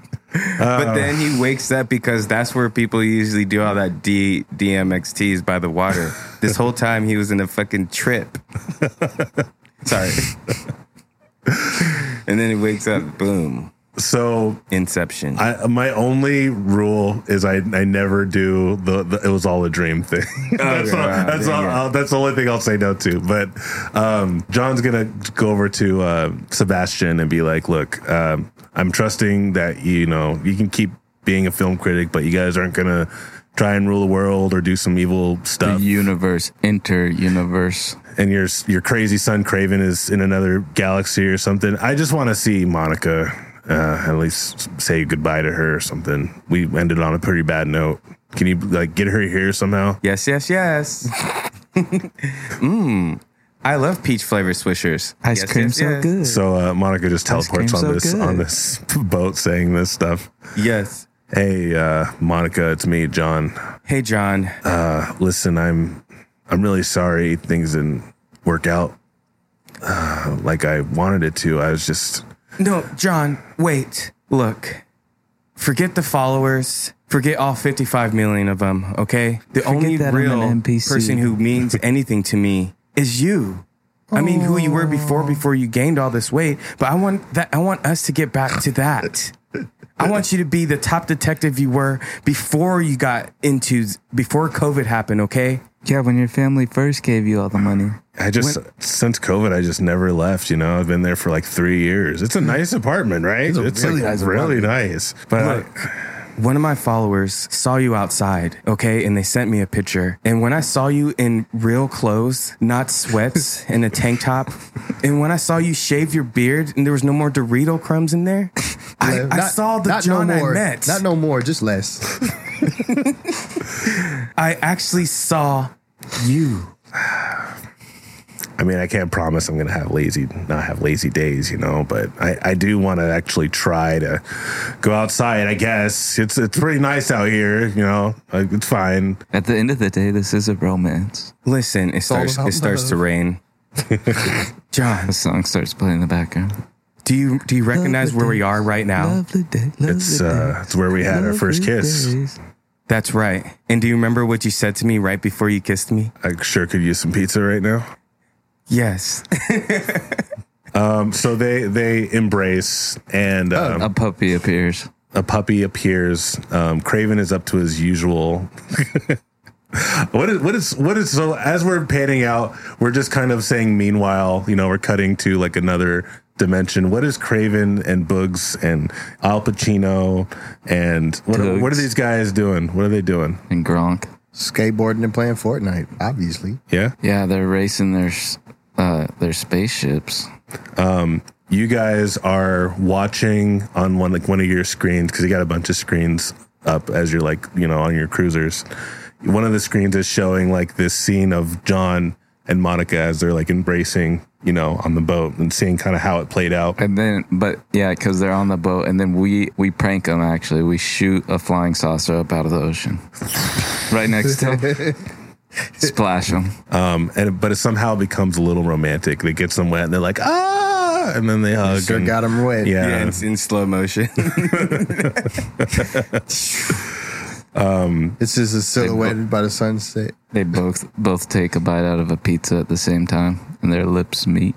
[SPEAKER 3] Oh.
[SPEAKER 4] But then he wakes up because that's where people usually do all that D DMXTs by the water. This whole time he was in a fucking trip. Sorry. and then he wakes up, boom,
[SPEAKER 2] so
[SPEAKER 4] inception.
[SPEAKER 2] I, my only rule is I, I never do the, the it was all a dream thing. that's
[SPEAKER 4] Okay,
[SPEAKER 2] all,
[SPEAKER 4] wow,
[SPEAKER 2] that's
[SPEAKER 4] there
[SPEAKER 2] all,
[SPEAKER 4] you go.
[SPEAKER 2] I'll- that's the only thing I'll say no to. But um, John's gonna go over to uh, Sebastian and be like, "Look, um, I'm trusting that you know you can keep being a film critic, but you guys aren't gonna try and rule the world or do some evil
[SPEAKER 3] The
[SPEAKER 2] stuff."
[SPEAKER 3] universe, inter universe.
[SPEAKER 2] and your your crazy son Craven is in another galaxy or something. I just want to see Monica. Uh, at least say goodbye to her or something. We ended on a pretty bad note. Can you like get her here somehow?
[SPEAKER 4] yes, yes, yes. Mmm. I love peach flavored swishers.
[SPEAKER 3] Ice
[SPEAKER 4] yes,
[SPEAKER 3] cream
[SPEAKER 4] yes,
[SPEAKER 3] so
[SPEAKER 4] yes.
[SPEAKER 3] good.
[SPEAKER 2] So uh, Monica just teleports
[SPEAKER 3] cream's
[SPEAKER 2] on
[SPEAKER 3] so
[SPEAKER 2] this
[SPEAKER 3] good.
[SPEAKER 2] on this boat, saying this stuff.
[SPEAKER 4] Yes.
[SPEAKER 2] Hey, uh, Monica, it's me, John.
[SPEAKER 4] Hey, John.
[SPEAKER 2] Uh, listen, I'm I'm really sorry things didn't work out uh, like I wanted it to. I was just
[SPEAKER 4] No, John, wait. Look, forget the followers. Forget all 55 million of them, okay? The only
[SPEAKER 3] that I'm an
[SPEAKER 4] real
[SPEAKER 3] NPC.
[SPEAKER 4] person who means anything to me is you. I mean, who you were before before you gained all this weight, but I want that I want us to get back to that. I want you to be the top detective you were before you got into before COVID happened, okay?
[SPEAKER 3] yeah, when your family first gave you all the money.
[SPEAKER 2] I just since COVID, I just never left. You know, I've been there for like three years. It's a nice apartment, right? It's,
[SPEAKER 1] Hmm. a really
[SPEAKER 2] like
[SPEAKER 1] nice
[SPEAKER 2] really nice. But I-
[SPEAKER 4] One of my followers saw you outside, okay, and they sent me a picture. And when I saw you in real clothes, not sweats, and a tank top, and when I saw you shave your beard and there was no more Dorito crumbs in there, I,
[SPEAKER 1] Yeah,
[SPEAKER 4] I
[SPEAKER 1] not-
[SPEAKER 4] saw the
[SPEAKER 1] not
[SPEAKER 4] John
[SPEAKER 1] no more,
[SPEAKER 4] I met.
[SPEAKER 1] Not no more, just less.
[SPEAKER 4] I actually saw you.
[SPEAKER 2] I mean, I can't promise I'm gonna have lazy, not have lazy days, you know. But I, I do want to actually try to go outside. I guess it's it's pretty nice out here. You know, like, it's fine.
[SPEAKER 3] At the end of the day, this is a romance.
[SPEAKER 4] Listen, it starts
[SPEAKER 1] about
[SPEAKER 4] it starts to
[SPEAKER 1] love.
[SPEAKER 4] rain. John,
[SPEAKER 3] The song starts playing in the background.
[SPEAKER 4] do you do you recognize where we are right now?
[SPEAKER 3] Lovely day. Lovely
[SPEAKER 2] It's uh, it's where we had our first kiss.
[SPEAKER 4] That's right. And do you remember what you said to me right before you kissed me?
[SPEAKER 2] I sure could use some pizza right now.
[SPEAKER 4] Yes.
[SPEAKER 2] Um, so they they embrace and
[SPEAKER 1] Oh,
[SPEAKER 2] um,
[SPEAKER 3] A puppy appears.
[SPEAKER 2] a puppy appears. Um, Craven is up to his usual. what is what is what is so? As we're panning out, we're just kind of saying. Meanwhile, you know, we're cutting to like another dimension. What is Craven and Boogs and Al Pacino and what,
[SPEAKER 3] Boogs.
[SPEAKER 2] what are these guys doing? What are they doing?
[SPEAKER 3] And Gronk.
[SPEAKER 1] Skateboarding and playing Fortnite, obviously.
[SPEAKER 2] Yeah,
[SPEAKER 3] Yeah, they're racing their s- uh, their spaceships.
[SPEAKER 2] you guys are watching on one like one of your screens because you got a bunch of screens up as you're like you know on your cruisers one of the screens is showing like this scene of john and monica as they're like embracing you know on the boat and seeing kind of how it played out
[SPEAKER 3] And then, but yeah, because they're on the boat, and then we we prank them. Actually, we shoot a flying saucer up out of the ocean, right next to them. Splash them.
[SPEAKER 2] um and but it somehow becomes a little romantic they get some wet and they're like ah and then they hug
[SPEAKER 1] Sure
[SPEAKER 2] and-
[SPEAKER 1] got
[SPEAKER 4] Um,
[SPEAKER 1] him wet.
[SPEAKER 2] yeah,
[SPEAKER 4] Yeah, it's in slow motion.
[SPEAKER 2] Um,
[SPEAKER 1] It's just a silhouetted by the sunset.
[SPEAKER 3] They both both take a bite out of a pizza at the same time, and their lips meet.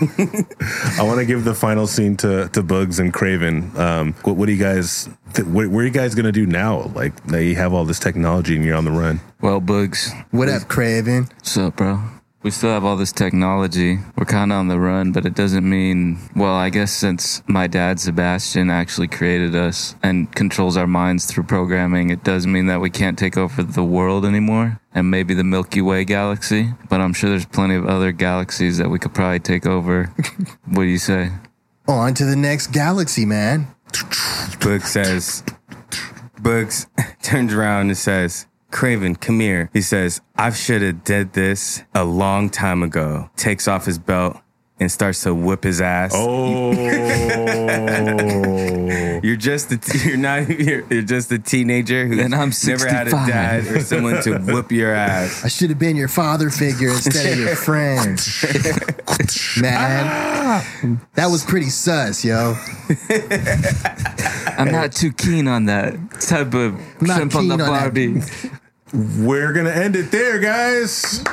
[SPEAKER 2] I want to give the final scene to, to Bugs and Craven. Um, what, what do you guys? Th- what, what are you guys gonna do now? Like now you have all this technology and you're on the run.
[SPEAKER 3] Well, Bugs,
[SPEAKER 1] What up, Craven?
[SPEAKER 3] what's up, bro? We still have all this technology. We're kind of on the run, but it doesn't mean, well, I guess since my dad, Sebastian, actually created us and controls our minds through programming, it does mean that we can't take over the world anymore and maybe the Milky Way galaxy. But I'm sure there's plenty of other galaxies that we could probably take over. what do you say?
[SPEAKER 1] On to the next galaxy, man.
[SPEAKER 4] Boog says, Boogs turns around and says, Craven, come here. He says, I should have did this a long time ago. Takes off his belt and starts to whip his ass.
[SPEAKER 2] Oh,
[SPEAKER 4] You're just a t- you're not you're, you're just a teenager who's
[SPEAKER 3] And I'm
[SPEAKER 4] never had a
[SPEAKER 3] 65.
[SPEAKER 4] dad or someone to whip your ass.
[SPEAKER 1] I should have been your father figure instead of your friend. man, that was pretty sus, yo.
[SPEAKER 3] I'm not too keen on that type of
[SPEAKER 1] Not
[SPEAKER 3] shrimp on
[SPEAKER 1] keen
[SPEAKER 3] the
[SPEAKER 1] on that.
[SPEAKER 3] Barbie.
[SPEAKER 2] we're gonna end it there, guys.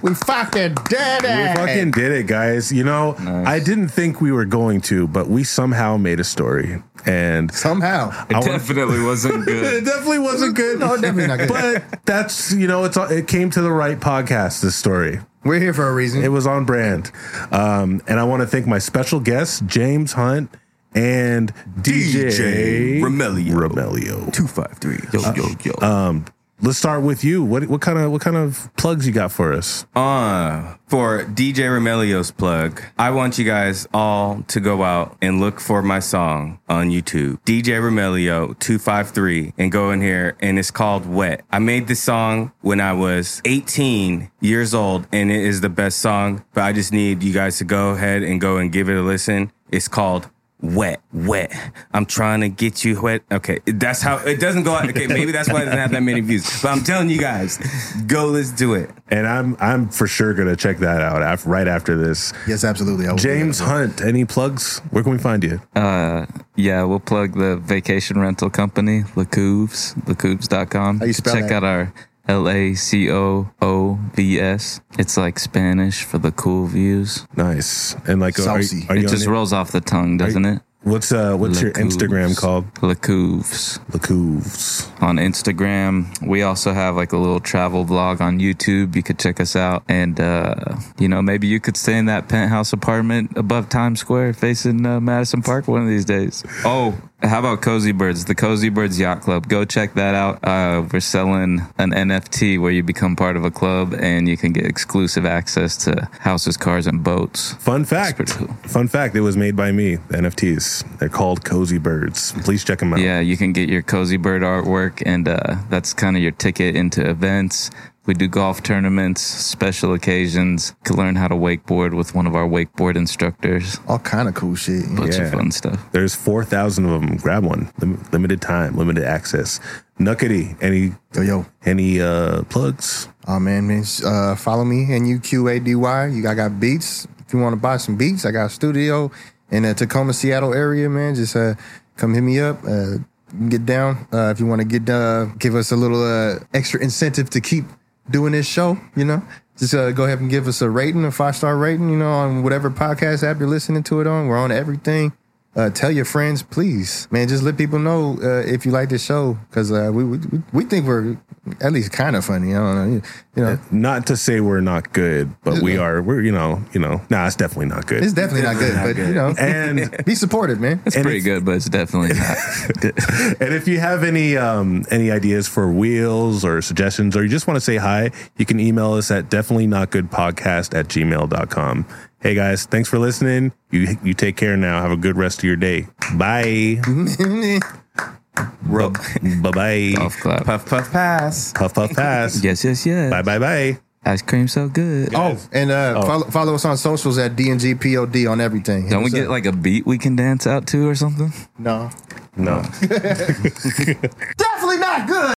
[SPEAKER 1] We fucking did
[SPEAKER 2] We
[SPEAKER 1] it.
[SPEAKER 2] fucking did it, guys. You know, I didn't think we were going to, but we somehow made a story, and
[SPEAKER 1] Somehow.
[SPEAKER 2] I wanna-
[SPEAKER 3] Definitely wasn't
[SPEAKER 2] it
[SPEAKER 3] good.
[SPEAKER 2] definitely wasn't good.
[SPEAKER 1] No, definitely not good.
[SPEAKER 2] but that's you know, it's it came to the right podcast. This story.
[SPEAKER 1] We're here for a reason.
[SPEAKER 2] It was on brand. Um, and I want to thank my special guests, James Hunt and DJ,
[SPEAKER 7] DJ Remelio.
[SPEAKER 2] Remelio.
[SPEAKER 7] Two five three. Yo yo yo.
[SPEAKER 2] Let's start with you. What what kind of what kind of plugs you got for us?
[SPEAKER 4] Uh, for DJ Romelio's plug, I want you guys all to go out and look for my song on YouTube, DJ Romelio 253, and go in here. And it's called Wet. I made this song when I was 18 years old, and it is the best song. But I just need you guys to go ahead and go and give it a listen. It's called wet, wet. I'm trying to get you wet. Okay, that's how it doesn't go out. Okay, maybe that's why it doesn't have that many views. But I'm telling you guys, go let's do it.
[SPEAKER 2] And I'm I'm for sure gonna check that out af right after this.
[SPEAKER 1] yes, absolutely. I will do
[SPEAKER 2] James
[SPEAKER 1] that.
[SPEAKER 2] Hunt, any plugs? Where can we find you?
[SPEAKER 3] Yeah, we'll plug the vacation rental company, LaCouves, LaCouves.com.
[SPEAKER 1] How you spell
[SPEAKER 3] Check
[SPEAKER 1] that?
[SPEAKER 3] out our L A C O O V S. It's like Spanish for the cool views.
[SPEAKER 2] Nice. And like, are,
[SPEAKER 1] Saucy.
[SPEAKER 2] are you
[SPEAKER 3] It
[SPEAKER 2] on
[SPEAKER 3] just
[SPEAKER 2] it?
[SPEAKER 3] rolls off the tongue, doesn't it?
[SPEAKER 2] what's uh what's your
[SPEAKER 3] Lacouves.
[SPEAKER 2] Instagram called?
[SPEAKER 3] LaCouves
[SPEAKER 2] Lacouves.
[SPEAKER 3] on Instagram. We also have like a little travel vlog on YouTube. You could check us out. And, uh, you know, maybe you could stay in that penthouse apartment above Times Square facing uh, Madison Park one of these days. Oh, how about Cozy Birds, the Cozy Birds Yacht Club? Go check that out. Uh, we're selling an NFT where you become part of a club and you can get exclusive access to houses, cars, and boats.
[SPEAKER 2] Fun fact.
[SPEAKER 3] pretty cool.
[SPEAKER 2] Fun fact. It was made by me. The NFTs. They're called Cozy Birds. Please check them out.
[SPEAKER 3] Yeah, you can get your cozy bird artwork, and uh, that's kind of your ticket into events. We do golf tournaments, special occasions. You can learn how to wakeboard with one of our wakeboard instructors.
[SPEAKER 1] All kind of cool shit.
[SPEAKER 3] Bunch
[SPEAKER 2] Oh, Yeah.
[SPEAKER 3] of fun stuff.
[SPEAKER 2] There's 4,000 of them. Grab one. Lim- limited time, limited access. Nuckety, any
[SPEAKER 1] Yo, yo.
[SPEAKER 2] any uh plugs?
[SPEAKER 1] Oh man, man, s- uh, follow me N U Q A D Y. You I got beats. If you want to buy some beats, I got a studio in the Tacoma, Seattle area, man. Just uh, come hit me up. Uh, get down. Uh, if you want to get uh, give us a little uh, extra incentive to keep doing this show, you know, just uh, go ahead and give us a rating, a five star rating, you know, on whatever podcast app you're listening to it on. We're on everything. Uh, tell your friends, please, man. Just let people know uh, if you like this show, because uh, we, we we think we're at least kind of funny. I don't know, you know.
[SPEAKER 2] Not to say we're not good, but we are. We're you know you know. Nah, it's definitely not
[SPEAKER 1] It's
[SPEAKER 2] good.
[SPEAKER 1] definitely not good, but you know,
[SPEAKER 2] And
[SPEAKER 1] be supportive, man.
[SPEAKER 3] It's pretty good, but it's definitely not.
[SPEAKER 2] and if you have any um, any ideas for wheels or suggestions or you just want to say hi you can email us at definitely not good podcast at gmail.com hey guys thanks for listening you you take care now have a good rest of your day bye
[SPEAKER 4] Rope.
[SPEAKER 2] bye bye
[SPEAKER 3] Golf clap.
[SPEAKER 4] Puff, puff, pass.
[SPEAKER 2] puff puff pass
[SPEAKER 3] Yes, yes, yes.
[SPEAKER 2] bye bye bye
[SPEAKER 3] Ice cream so good.
[SPEAKER 1] Oh, and uh,
[SPEAKER 2] Oh.
[SPEAKER 1] Follow, follow us on socials at DNGPOD on everything. Hit
[SPEAKER 3] Don't we
[SPEAKER 1] us
[SPEAKER 3] get
[SPEAKER 1] up.
[SPEAKER 3] like a beat we can dance out to or something?
[SPEAKER 1] no?
[SPEAKER 2] no
[SPEAKER 1] Definitely not good.